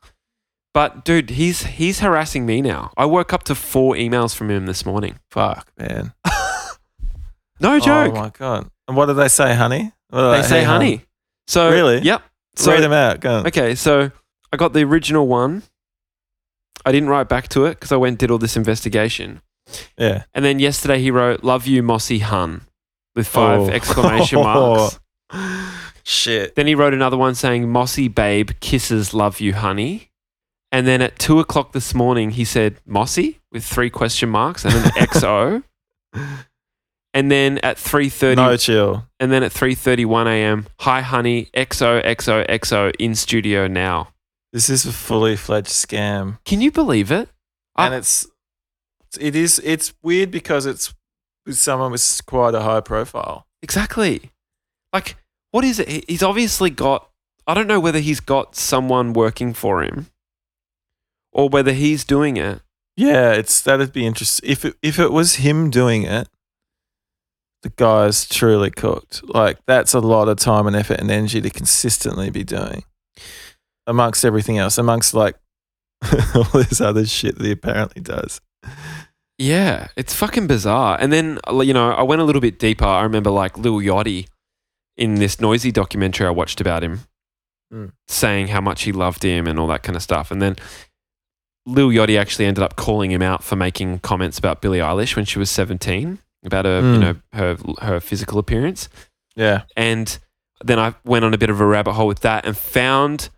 [SPEAKER 2] but dude, he's he's harassing me now. I woke up to four emails from him this morning.
[SPEAKER 1] Fuck, man.
[SPEAKER 2] No joke.
[SPEAKER 1] Oh my god. And what do they say, honey? What do
[SPEAKER 2] they say
[SPEAKER 1] hey,
[SPEAKER 2] honey. So
[SPEAKER 1] Really?
[SPEAKER 2] Yep. So
[SPEAKER 1] Read them out. Go on.
[SPEAKER 2] okay. So I got the original one. I didn't write back to it because I went and did all this investigation.
[SPEAKER 1] Yeah.
[SPEAKER 2] And then yesterday he wrote, "Love you, Mossy Hun," with five
[SPEAKER 1] Oh.
[SPEAKER 2] exclamation marks.
[SPEAKER 1] Shit.
[SPEAKER 2] Then he wrote another one saying, Mossy babe kisses love you, honey. And then at two o'clock this morning, he said, Mossy with three question marks and an XO. And then at 3.30,
[SPEAKER 1] No chill.
[SPEAKER 2] and then at 3.31 a.m., hi, honey, XO, XO, XO in studio now.
[SPEAKER 1] This is a fully fledged scam.
[SPEAKER 2] Can you believe it? I-
[SPEAKER 1] and it's it is it's weird because it's with someone with quite a high profile.
[SPEAKER 2] Exactly. Like, what is it? He- He's obviously got. I don't know whether he's got someone working for him or whether he's doing it.
[SPEAKER 1] Yeah, it's that'd be interesting. If it, if it was him doing it, the guy's truly cooked. Like that's a lot of time and effort and energy to consistently be doing, amongst everything else, amongst like all this other shit that he apparently does.
[SPEAKER 2] Yeah, it's fucking bizarre. And then uh, you know, I went a little bit deeper. I remember like Lil Yachty in this noisy documentary I watched about him,
[SPEAKER 1] Mm.
[SPEAKER 2] saying how much he loved him and all that kind of stuff. And then Lil Yachty actually ended up calling him out for making comments about Billie Eilish when she was seventeen about her, you
[SPEAKER 1] Mm.
[SPEAKER 2] know, her her physical appearance.
[SPEAKER 1] Yeah,
[SPEAKER 2] And then I went on a bit of a rabbit hole with that and found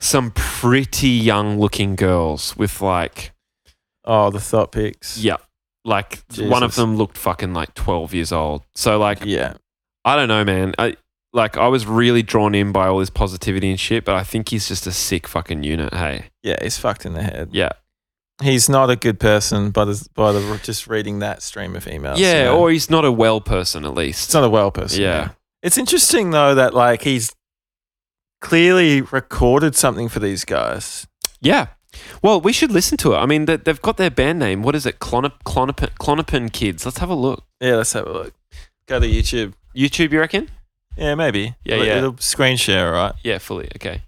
[SPEAKER 2] some pretty young looking girls with like
[SPEAKER 1] Oh, the thought pics.
[SPEAKER 2] yeah. Like th- one of
[SPEAKER 1] Jesus.
[SPEAKER 2] them looked fucking like 12 years old. So like
[SPEAKER 1] yeah.
[SPEAKER 2] I don't know, man. I like I was really drawn in by all this positivity and shit, but I think he's just a sick fucking unit, hey.
[SPEAKER 1] Yeah, he's fucked in the head.
[SPEAKER 2] Yeah.
[SPEAKER 1] He's not a good person by the, by the just reading that stream of emails. you
[SPEAKER 2] yeah,
[SPEAKER 1] know?
[SPEAKER 2] or he's not a well person at
[SPEAKER 1] it's
[SPEAKER 2] least.
[SPEAKER 1] not a well person.
[SPEAKER 2] yeah.
[SPEAKER 1] It's interesting though that like he's clearly recorded something for these guys.
[SPEAKER 2] Yeah. Well, we should listen to it. I mean, they- they've got their band name. What is it? Clonop- Clonopin, Clonopin Kids. Let's have a look.
[SPEAKER 1] Yeah, let's have a look. Go to YouTube.
[SPEAKER 2] YouTube, you reckon?
[SPEAKER 1] Yeah, maybe.
[SPEAKER 2] Yeah,
[SPEAKER 1] It'll-
[SPEAKER 2] yeah.
[SPEAKER 1] It'll screen share, right?
[SPEAKER 2] Yeah, fully. Okay.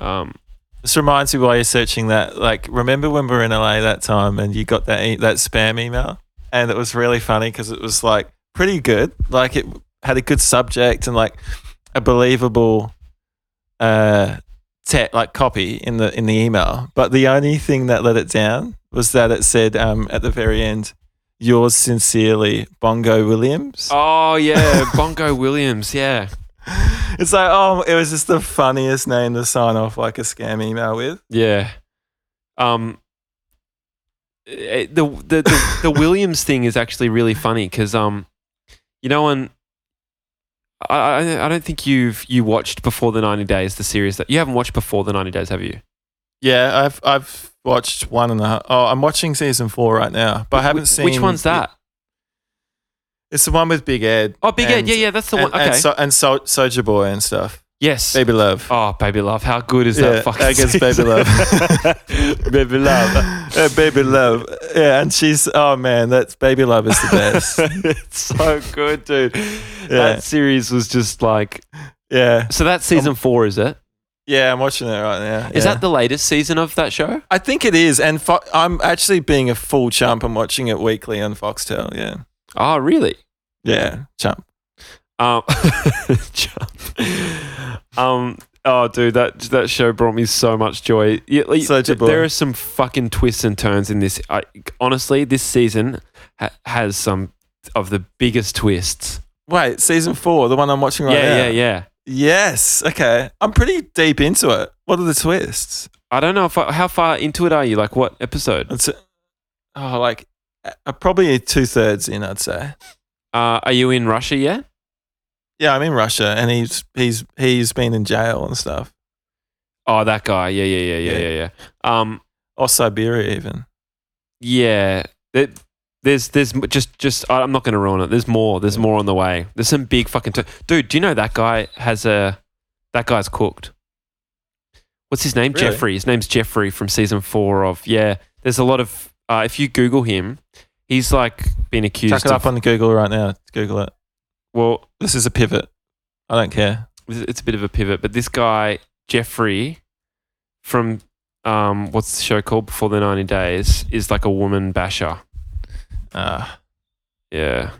[SPEAKER 2] Um,
[SPEAKER 1] This reminds me while you're searching that. Like, remember when we were in LA that time and you got that e- that spam email, and it was really funny because it was like pretty good. Like, it had a good subject and like a believable uh, te- like copy in the in the email. But the only thing that let it down was that it said um, at the very end, "Yours sincerely, Bongo Williams."
[SPEAKER 2] oh, yeah. Bongo Williams. Yeah.
[SPEAKER 1] It's like, oh, it was just the funniest name to sign off like a scam email with.
[SPEAKER 2] Yeah. Um. eh, The the the, the Williams thing is actually really funny because um, you know, and I, I I don't think you've you watched before the ninety days the series that you haven't watched before the ninety days have you?
[SPEAKER 1] Yeah, I've I've watched one and a half. Oh, I'm watching season four right now, but I haven't
[SPEAKER 2] Wh-
[SPEAKER 1] seen
[SPEAKER 2] which one's that?
[SPEAKER 1] It's the one with Big Ed.
[SPEAKER 2] Oh, Big Ed.
[SPEAKER 1] and-
[SPEAKER 2] Yeah, yeah, that's the
[SPEAKER 1] and,
[SPEAKER 2] one. Okay.
[SPEAKER 1] and, so, and so, Soulja Boy and stuff.
[SPEAKER 2] yes.
[SPEAKER 1] Baby Love.
[SPEAKER 2] Oh, baby love, how good is
[SPEAKER 1] Yeah,
[SPEAKER 2] that fucking?
[SPEAKER 1] I guess Baby
[SPEAKER 2] season?
[SPEAKER 1] Love.
[SPEAKER 2] baby love.
[SPEAKER 1] Uh, baby Love. Yeah, and she's oh man, that's Baby Love is the best.
[SPEAKER 2] it's so good, dude. That series was just like.
[SPEAKER 1] yeah,
[SPEAKER 2] So that's
[SPEAKER 1] Um,
[SPEAKER 2] season four, is it?
[SPEAKER 1] yeah, I'm watching it right now.
[SPEAKER 2] Is
[SPEAKER 1] yeah.
[SPEAKER 2] that the latest season of that show?
[SPEAKER 1] I think it is, and fo- I'm actually being a full chump and watching it weekly on Foxtel. Yeah,
[SPEAKER 2] Oh, really?
[SPEAKER 1] yeah, chump.
[SPEAKER 2] Um, jump. um, oh, dude, that that show brought me so much joy. Yeah, like,
[SPEAKER 1] Such a
[SPEAKER 2] th-
[SPEAKER 1] boy.
[SPEAKER 2] there are some fucking twists and turns in this. I, honestly, this season ha- has some of the biggest twists.
[SPEAKER 1] Wait, season four, the one I'm watching right
[SPEAKER 2] yeah,
[SPEAKER 1] now.
[SPEAKER 2] yeah, yeah.
[SPEAKER 1] Yes. Okay. I'm pretty deep into it. What are the twists?
[SPEAKER 2] I don't know if I, how far into it are you? Like, what episode?
[SPEAKER 1] It's oh, like uh, probably two thirds in, I'd say.
[SPEAKER 2] Uh, are you in Russia yet?
[SPEAKER 1] Yeah, I'm in Russia, and he's he's he's been in jail and stuff,
[SPEAKER 2] Oh, that guy. Yeah, yeah, yeah, yeah,
[SPEAKER 1] Yeah.
[SPEAKER 2] yeah, yeah. Um,
[SPEAKER 1] or Siberia even.
[SPEAKER 2] Yeah. It, there's there's m- just just I- I'm not going to ruin it. There's more. There's more on the way. There's some big fucking t- dude. Do you know that guy has a that guy's cooked? what's his name?
[SPEAKER 1] Really?
[SPEAKER 2] Jeffrey. His name's Jeffrey from season four of yeah. There's a lot of uh, if you Google him, he's like been accused
[SPEAKER 1] Chuck it up
[SPEAKER 2] of
[SPEAKER 1] on Google right now. Google it.
[SPEAKER 2] well,
[SPEAKER 1] This is a pivot. I don't care.
[SPEAKER 2] it's a bit of a pivot, but this guy Jeffrey from um, what's the show called Before the 90 Days is like a woman basher.
[SPEAKER 1] Uh,
[SPEAKER 2] Yeah.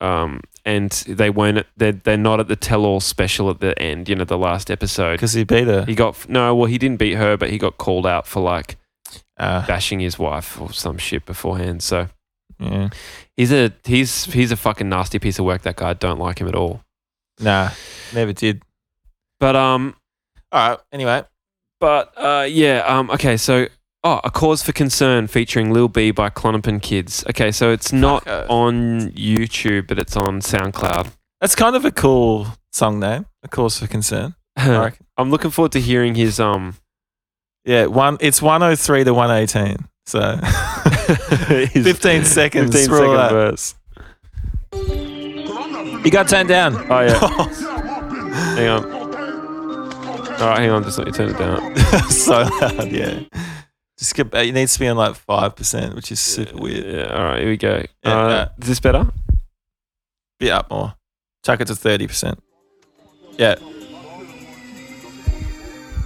[SPEAKER 2] Um, and they weren't. They're they're not at the tell-all special at the end. You know, the last episode.
[SPEAKER 1] because he beat her.
[SPEAKER 2] He got no. Well, he didn't beat her, but he got called out for like
[SPEAKER 1] Uh,
[SPEAKER 2] bashing his wife or some shit beforehand. So
[SPEAKER 1] yeah.
[SPEAKER 2] he's a he's he's a fucking nasty piece of work. That guy. I don't like him at all.
[SPEAKER 1] Nah, never did.
[SPEAKER 2] But um,
[SPEAKER 1] All right. Anyway,
[SPEAKER 2] But uh, yeah, um, okay, so oh, a cause for concern featuring Lil B by Clonopin Kids. Okay, so it's not
[SPEAKER 1] Fucker.
[SPEAKER 2] on YouTube, but it's on SoundCloud.
[SPEAKER 1] that's kind of a cool song name. A cause for concern. I reckon.
[SPEAKER 2] I'm looking forward to hearing his um
[SPEAKER 1] Yeah. One. It's one hundred three to one eighteen. So
[SPEAKER 2] his
[SPEAKER 1] fifteen seconds.
[SPEAKER 2] 15
[SPEAKER 1] roll
[SPEAKER 2] second
[SPEAKER 1] out.
[SPEAKER 2] verse.
[SPEAKER 1] You got turned down.
[SPEAKER 2] Oh yeah, hang on. All right, hang on, just let me turn it down.
[SPEAKER 1] so loud. Yeah. Just get, it needs to be on like five percent, which is super weird.
[SPEAKER 2] Yeah, all right, here we go.
[SPEAKER 1] Yeah,
[SPEAKER 2] uh,
[SPEAKER 1] uh,
[SPEAKER 2] is this better?
[SPEAKER 1] Be up more. Chuck it to thirty percent. Yeah.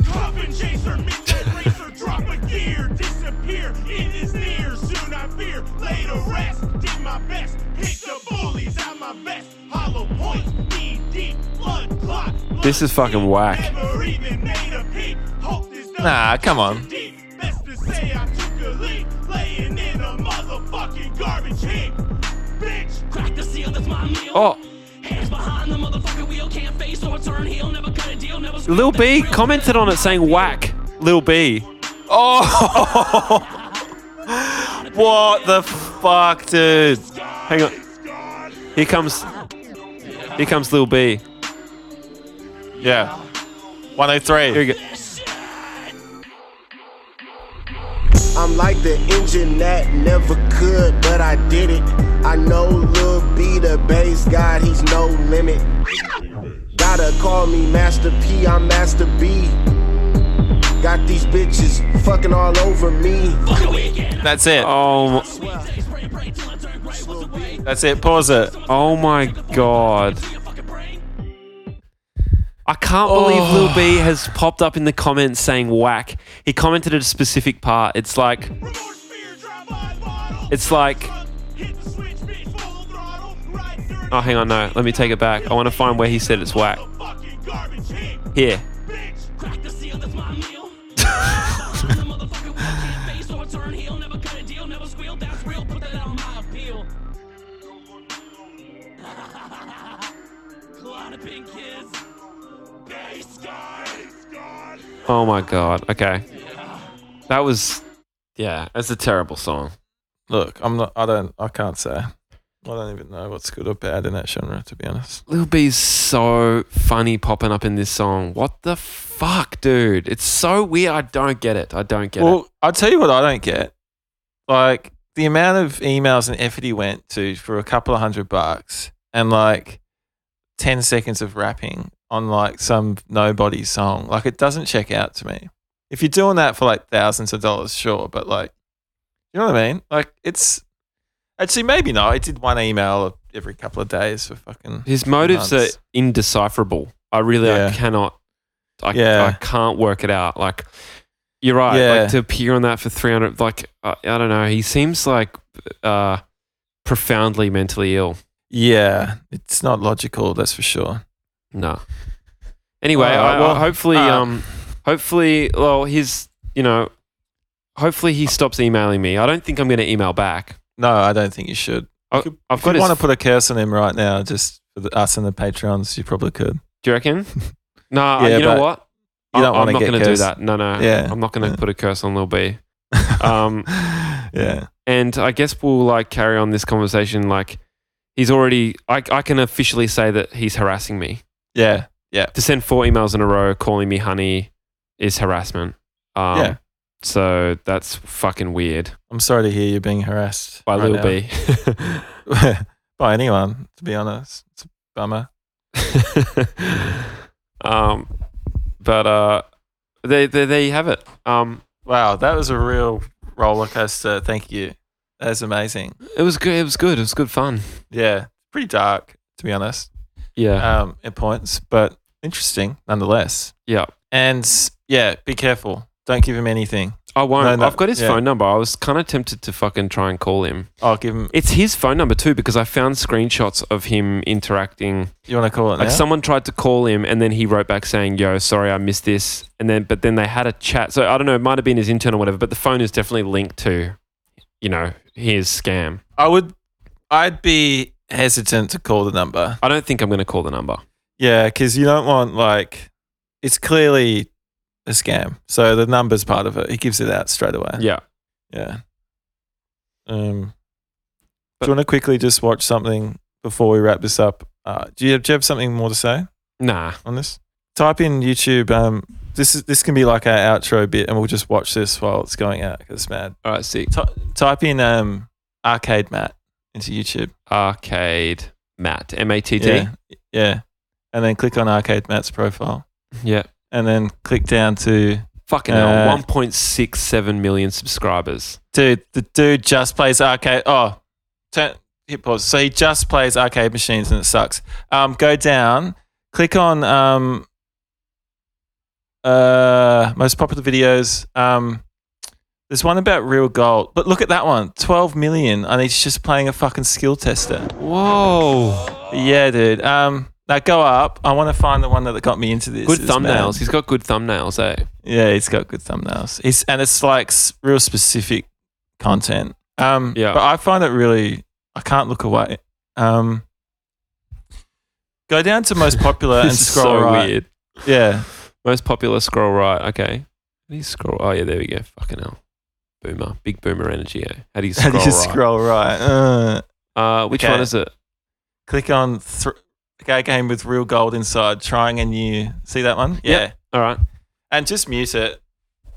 [SPEAKER 5] Drop and chaser, meet that racer, drop a gear, disappear, it is near, soon I fear, lay to rest, did my best, hit the bullies out my vest, hollow points, knee deep, blood clot, blood
[SPEAKER 2] This is fucking
[SPEAKER 5] deep,
[SPEAKER 2] whack.
[SPEAKER 5] never even made a peep, hope this doesn't
[SPEAKER 1] Nah, come
[SPEAKER 5] get
[SPEAKER 1] on.
[SPEAKER 5] too deep, best to say I took a leap, laying in a motherfucking garbage heap, bitch,
[SPEAKER 6] Crack the seal, that's my meal.
[SPEAKER 2] Oh,
[SPEAKER 6] Hands behind the motherfucking wheel, can't face or turn heel, never cut a deal, never.
[SPEAKER 2] Lil B commented on it saying whack. Lil B.
[SPEAKER 1] Oh, what the fuck, dude?
[SPEAKER 2] Hang on. Here comes Here comes Lil B.
[SPEAKER 1] Yeah. 103.
[SPEAKER 2] Here we go.
[SPEAKER 7] I'm like the engine that never could, but I did it. I know Lil B the bass god, he's no limit. Gotta call me Master P, I'm Master B. Got these bitches fucking all over me.
[SPEAKER 1] That's it.
[SPEAKER 2] Oh, m-
[SPEAKER 1] That's it. Pause it.
[SPEAKER 2] oh my god. I can't believe Lil B has popped up in the comments saying whack. He commented at a specific part. It's like
[SPEAKER 5] remorse, fear, drive my bottle,
[SPEAKER 2] it's like
[SPEAKER 5] hit the switch, bitch, full throttle, right through
[SPEAKER 2] oh hang on no, let me take it back. I want to find where he said it's whack.
[SPEAKER 5] the fucking garbage heap,
[SPEAKER 2] Here.
[SPEAKER 5] bitch.
[SPEAKER 6] Crack the seal, that's my meal. Behind the motherfucking wheel, can't face or turn heel, never cut a deal, never squeal, that's real, put that on my appeal. Clonopin kids.
[SPEAKER 2] Oh my god. Okay. That was yeah, that's a terrible song.
[SPEAKER 1] Look, I'm not, I don't, I can't say. I don't even know what's good or bad in that genre, to be honest.
[SPEAKER 2] Lil B's so funny popping up in this song. What the fuck, dude? It's so weird. I don't get it. I don't get it.
[SPEAKER 1] Well, I'll tell you what I don't get. Like, the amount of emails and effort he went to for a couple of hundred bucks and like 10 seconds of rapping on like some nobody song, like, it doesn't check out to me. If you're doing that for like thousands of dollars, sure, but like, you know what I mean? Like, it's actually maybe not. I did one email every couple of days for fucking.
[SPEAKER 2] His motives
[SPEAKER 1] Nuts.
[SPEAKER 2] are indecipherable. I really I
[SPEAKER 1] Yeah.
[SPEAKER 2] cannot I,
[SPEAKER 1] Yeah.
[SPEAKER 2] I can't work it out. Like you're right.
[SPEAKER 1] Yeah.
[SPEAKER 2] Like to appear on that for 300 like I I don't know. He seems like uh profoundly mentally ill.
[SPEAKER 1] Yeah, it's not logical, that's for sure.
[SPEAKER 2] No. Anyway,
[SPEAKER 1] All right,
[SPEAKER 2] I,
[SPEAKER 1] well,
[SPEAKER 2] I, hopefully,
[SPEAKER 1] uh,
[SPEAKER 2] um, hopefully, well, his, you know, hopefully he stops emailing me. I don't think I'm going to email back.
[SPEAKER 1] No, I don't think you should.
[SPEAKER 2] I,
[SPEAKER 1] could-
[SPEAKER 2] I've
[SPEAKER 1] If you
[SPEAKER 2] got his.
[SPEAKER 1] want to put a curse on him right now, just for the, us and the Patreons, you probably could.
[SPEAKER 2] do you reckon? No, I-
[SPEAKER 1] Yeah,
[SPEAKER 2] you know
[SPEAKER 1] but
[SPEAKER 2] what?
[SPEAKER 1] you don't
[SPEAKER 2] I, I'm
[SPEAKER 1] wanna
[SPEAKER 2] not
[SPEAKER 1] get
[SPEAKER 2] going to do
[SPEAKER 1] cursed.
[SPEAKER 2] that. No, no.
[SPEAKER 1] Yeah.
[SPEAKER 2] I'm not going to
[SPEAKER 1] Yeah.
[SPEAKER 2] put a curse on Lil B. Um,
[SPEAKER 1] yeah.
[SPEAKER 2] and I guess we'll like carry on this conversation. Like, he's already. I, I can officially say that he's harassing me.
[SPEAKER 1] Yeah.
[SPEAKER 2] to send four emails in a row calling me honey is harassment. Um,
[SPEAKER 1] Yeah.
[SPEAKER 2] So that's fucking weird
[SPEAKER 1] I'm sorry to hear you're being harassed
[SPEAKER 2] by
[SPEAKER 1] right
[SPEAKER 2] Lil
[SPEAKER 1] now.
[SPEAKER 2] B.
[SPEAKER 1] by anyone, to be honest. It's a bummer.
[SPEAKER 2] um, but uh, They, they, there you have it. Um,
[SPEAKER 1] Wow, that was a real roller coaster. Thank you. That's amazing.
[SPEAKER 2] it was good. It was good. It was good fun.
[SPEAKER 1] Yeah, pretty dark to be honest.
[SPEAKER 2] Yeah.
[SPEAKER 1] Um, at points, but interesting nonetheless.
[SPEAKER 2] yeah.
[SPEAKER 1] And yeah, be careful. Don't give him anything.
[SPEAKER 2] I won't.
[SPEAKER 1] no, no,
[SPEAKER 2] I've got his
[SPEAKER 1] yeah.
[SPEAKER 2] phone number. I was kind of tempted to fucking try and call him.
[SPEAKER 1] I'll give him.
[SPEAKER 2] It's his phone number too because I found screenshots of him interacting.
[SPEAKER 1] You want to call it
[SPEAKER 2] Like
[SPEAKER 1] now?
[SPEAKER 2] someone tried to call him and then he wrote back saying, "Yo, sorry, I missed this." And then, but then they had a chat. So I don't know. It might have been his intern or whatever. But the phone is definitely linked to, you know, his scam.
[SPEAKER 1] I would. I'd be hesitant to call the number.
[SPEAKER 2] I don't think I'm going to call the number.
[SPEAKER 1] Yeah, because you don't want like it's clearly a scam. So the number's part of it. He gives it out straight away.
[SPEAKER 2] Yeah.
[SPEAKER 1] Yeah. Um,
[SPEAKER 2] But-
[SPEAKER 1] do you want to quickly just watch something before we wrap this up? Uh, do, you have, do you have something more to say
[SPEAKER 2] Nah.
[SPEAKER 1] on this? Type in YouTube. Um, this is this can be like our outro bit, and we'll just watch this while it's going out. 'cause it's mad.
[SPEAKER 2] All right. See.
[SPEAKER 1] Ty type in um, arcade mat into YouTube.
[SPEAKER 2] Arcade Matt M A T T.
[SPEAKER 1] Yeah, yeah, and then click on arcade mat's profile,
[SPEAKER 2] Yeah.
[SPEAKER 1] and then click down to
[SPEAKER 2] Fucking
[SPEAKER 1] Uh,
[SPEAKER 2] hell. 1.67 million subscribers.
[SPEAKER 1] dude. The dude just plays arcade. Oh, turn, hit pause. So he just plays arcade machines and it sucks. Um, go down, click on um, uh, most popular videos. Um, there's one about real gold, but look at that one. 12 million, and he's just playing a fucking skill tester.
[SPEAKER 2] Whoa.
[SPEAKER 1] Yeah, dude. Um, now go up. I want to find the one that got me into this.
[SPEAKER 2] Good
[SPEAKER 1] It's mad.
[SPEAKER 2] thumbnails. He's got good thumbnails, eh?
[SPEAKER 1] Yeah, he's got good thumbnails. He's and it's like s- real specific content. Um,
[SPEAKER 2] Yeah.
[SPEAKER 1] But I find it really, I can't look away. Um, go down to most popular and
[SPEAKER 2] This is
[SPEAKER 1] scroll
[SPEAKER 2] so
[SPEAKER 1] right.
[SPEAKER 2] weird.
[SPEAKER 1] Yeah,
[SPEAKER 2] Most popular scroll right. Okay. How do you scroll? Oh, yeah, there we go. Fucking hell. Boomer. Big boomer energy, eh? How do you
[SPEAKER 1] How
[SPEAKER 2] scroll?
[SPEAKER 1] do you
[SPEAKER 2] right?
[SPEAKER 1] scroll right? Uh,
[SPEAKER 2] Uh, which
[SPEAKER 1] Okay.
[SPEAKER 2] one is it?
[SPEAKER 1] click on th- okay, game with real gold inside. Trying a new. See that one? Yeah.
[SPEAKER 2] All right.
[SPEAKER 1] And just mute it,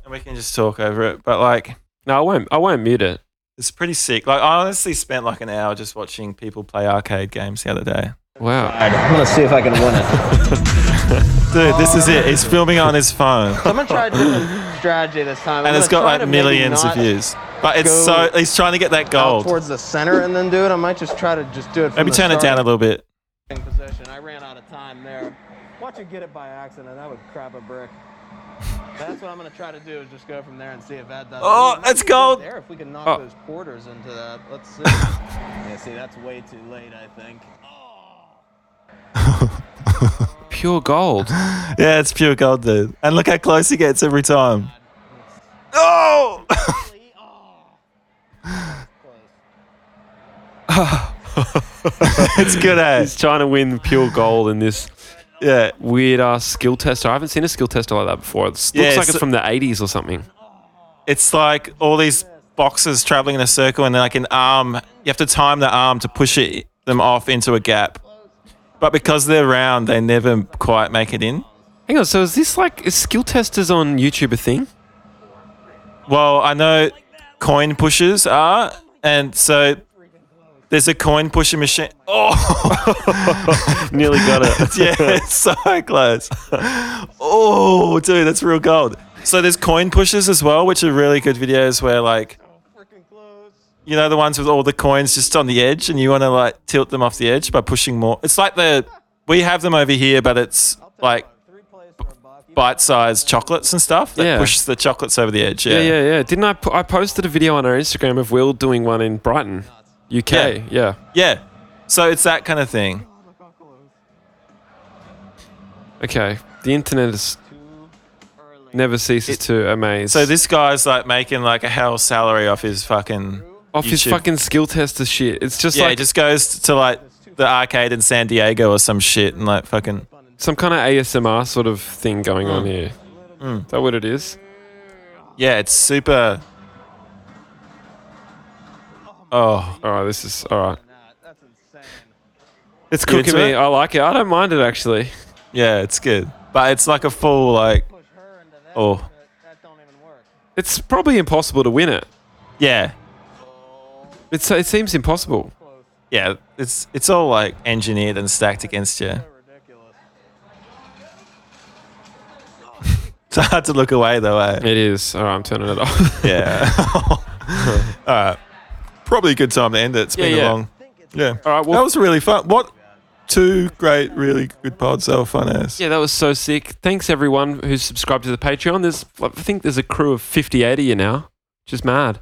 [SPEAKER 1] and we can just talk over it. But like,
[SPEAKER 2] No, I won't. I won't mute it.
[SPEAKER 1] it's pretty sick. Like, I honestly spent like an hour just watching people play arcade games the other day.
[SPEAKER 2] Wow.
[SPEAKER 8] I'm gonna see if I can win it.
[SPEAKER 1] Dude, this is it.
[SPEAKER 8] Oh,
[SPEAKER 1] He's filming on his phone.
[SPEAKER 8] I'm gonna try a different strategy this time. I'm
[SPEAKER 1] and it's
[SPEAKER 8] gonna
[SPEAKER 1] got
[SPEAKER 8] try to
[SPEAKER 1] like
[SPEAKER 8] maybe
[SPEAKER 1] millions of
[SPEAKER 8] not
[SPEAKER 1] views. But it's
[SPEAKER 8] go
[SPEAKER 1] so he's trying to get that
[SPEAKER 8] Out
[SPEAKER 1] gold.
[SPEAKER 8] towards the center and then do it. I might just try to just do it. From
[SPEAKER 1] Maybe
[SPEAKER 8] the
[SPEAKER 1] turn it down a
[SPEAKER 8] starting
[SPEAKER 1] little bit.
[SPEAKER 8] Position. I ran out of time there. Watch you get it by accident. That would crap a brick. That's what I'm gonna try to do is just go from there and see if that does.
[SPEAKER 1] Oh,
[SPEAKER 8] it.
[SPEAKER 1] that's
[SPEAKER 8] Maybe
[SPEAKER 1] gold.
[SPEAKER 8] There, if we can knock
[SPEAKER 2] Oh.
[SPEAKER 8] those quarters into that. Let's see. yeah, see, that's way too late. I think.
[SPEAKER 2] Pure gold.
[SPEAKER 1] Yeah, it's pure gold, dude. And look how close he gets every time. Oh! it's good, eh?
[SPEAKER 2] He's trying to win pure gold in this
[SPEAKER 1] Yeah.
[SPEAKER 2] weird ass skill tester. I haven't seen a skill tester like that before. It looks
[SPEAKER 1] Yeah,
[SPEAKER 2] like
[SPEAKER 1] it's-
[SPEAKER 2] it's from the 80s or something.
[SPEAKER 1] It's like all these boxes traveling in a circle, and then like an arm, you have to time the arm to push it, them off into a gap. But because they're round, they never quite make it in.
[SPEAKER 2] Hang on. So is this like is skill testers on YouTube a thing?
[SPEAKER 1] Well, I know coin pushers are, and so there's a coin pusher machine. Oh,
[SPEAKER 2] Nearly got it.
[SPEAKER 1] yeah, it's so close. Oh, dude, that's real gold. So there's coin pushers as well, which are really good videos where like. You know the ones with all the coins just on the edge, and you want to like tilt them off the edge by pushing more. It's like the we have them over here, but it's like bite-sized chocolates and stuff that
[SPEAKER 2] Yeah.
[SPEAKER 1] push the chocolates over the edge.
[SPEAKER 2] Yeah, yeah, yeah. Didn't I? Po- I posted a video on our Instagram of Will doing one in Brighton, UK.
[SPEAKER 1] Yeah.
[SPEAKER 2] Yeah.
[SPEAKER 1] Yeah. So it's that kind of thing.
[SPEAKER 2] Okay. The internet is never ceases to amaze.
[SPEAKER 1] So this guy's like making like a hell salary off his fucking.
[SPEAKER 2] off his
[SPEAKER 1] YouTube-
[SPEAKER 2] fucking skill tester shit. It's just
[SPEAKER 1] Yeah, he
[SPEAKER 2] like
[SPEAKER 1] just goes to like the arcade in San Diego or some shit and like fucking.
[SPEAKER 2] some kind of ASMR sort of thing going on
[SPEAKER 1] Mm.
[SPEAKER 2] here. Is that what it is?
[SPEAKER 1] Yeah, it's super. Oh,
[SPEAKER 2] All right. This is all right.
[SPEAKER 8] That's insane.
[SPEAKER 2] It's
[SPEAKER 1] You
[SPEAKER 2] cooking
[SPEAKER 1] into
[SPEAKER 2] me.
[SPEAKER 1] it?
[SPEAKER 2] I like it. I don't mind it actually.
[SPEAKER 1] yeah, it's good. But it's like a full, like.
[SPEAKER 8] Push her into that.
[SPEAKER 1] Oh.
[SPEAKER 8] but That don't even work.
[SPEAKER 2] It's probably impossible to win it.
[SPEAKER 1] Yeah.
[SPEAKER 2] It's, it seems impossible.
[SPEAKER 1] Yeah. It's it's all like engineered and stacked against you. It's hard to look away though, eh?
[SPEAKER 2] It is. All right, I'm turning it off.
[SPEAKER 1] Yeah. All right. Probably a good time to end it. It's been
[SPEAKER 2] Yeah, yeah.
[SPEAKER 1] a long. Yeah.
[SPEAKER 2] All right, well-
[SPEAKER 1] that was really fun. What two great, really good pods. They were fun as.
[SPEAKER 2] yeah, that was so sick. Thanks everyone who's subscribed to the Patreon. There's, I think there's a crew of 58 of you now. Just mad.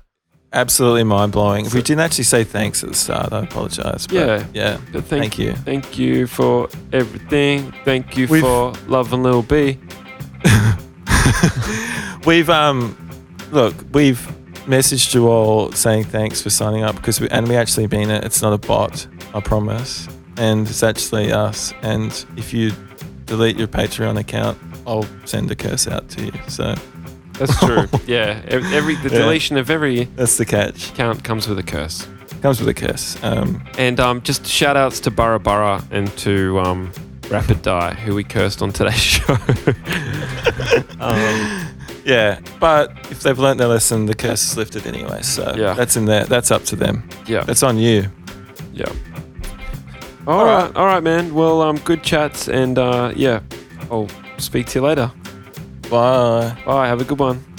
[SPEAKER 1] Absolutely mind blowing. If we didn't actually say thanks at the start, I apologize. but
[SPEAKER 2] Yeah.
[SPEAKER 1] Yeah.
[SPEAKER 2] But
[SPEAKER 1] thank, you.
[SPEAKER 2] Thank you for everything. Thank you
[SPEAKER 1] We've-
[SPEAKER 2] for love and little B.
[SPEAKER 1] We've um, look, we've messaged you all saying thanks for signing up because we and we actually mean it. It's not a bot, I promise. And it's actually us. And if you delete your Patreon account, I'll send a curse out to you. So
[SPEAKER 2] That's true. yeah. ev- Every the
[SPEAKER 1] Yeah.
[SPEAKER 2] deletion of every
[SPEAKER 1] that's the catch.
[SPEAKER 2] account comes with a curse.
[SPEAKER 1] Comes with a curse. Um,
[SPEAKER 2] And um, just shout outs to Burra Burra and to um, Rapid Die, who we cursed on today's show.
[SPEAKER 1] yeah, but if they've learnt their lesson, the curse is lifted anyway. So
[SPEAKER 2] Yeah.
[SPEAKER 1] that's in there. That's up to them.
[SPEAKER 2] yeah.
[SPEAKER 1] That's on you.
[SPEAKER 2] yeah. all right. All right, man. Well, um, good chats. And uh, yeah, I'll speak to you later.
[SPEAKER 1] Bye.
[SPEAKER 2] Bye. Have a good one.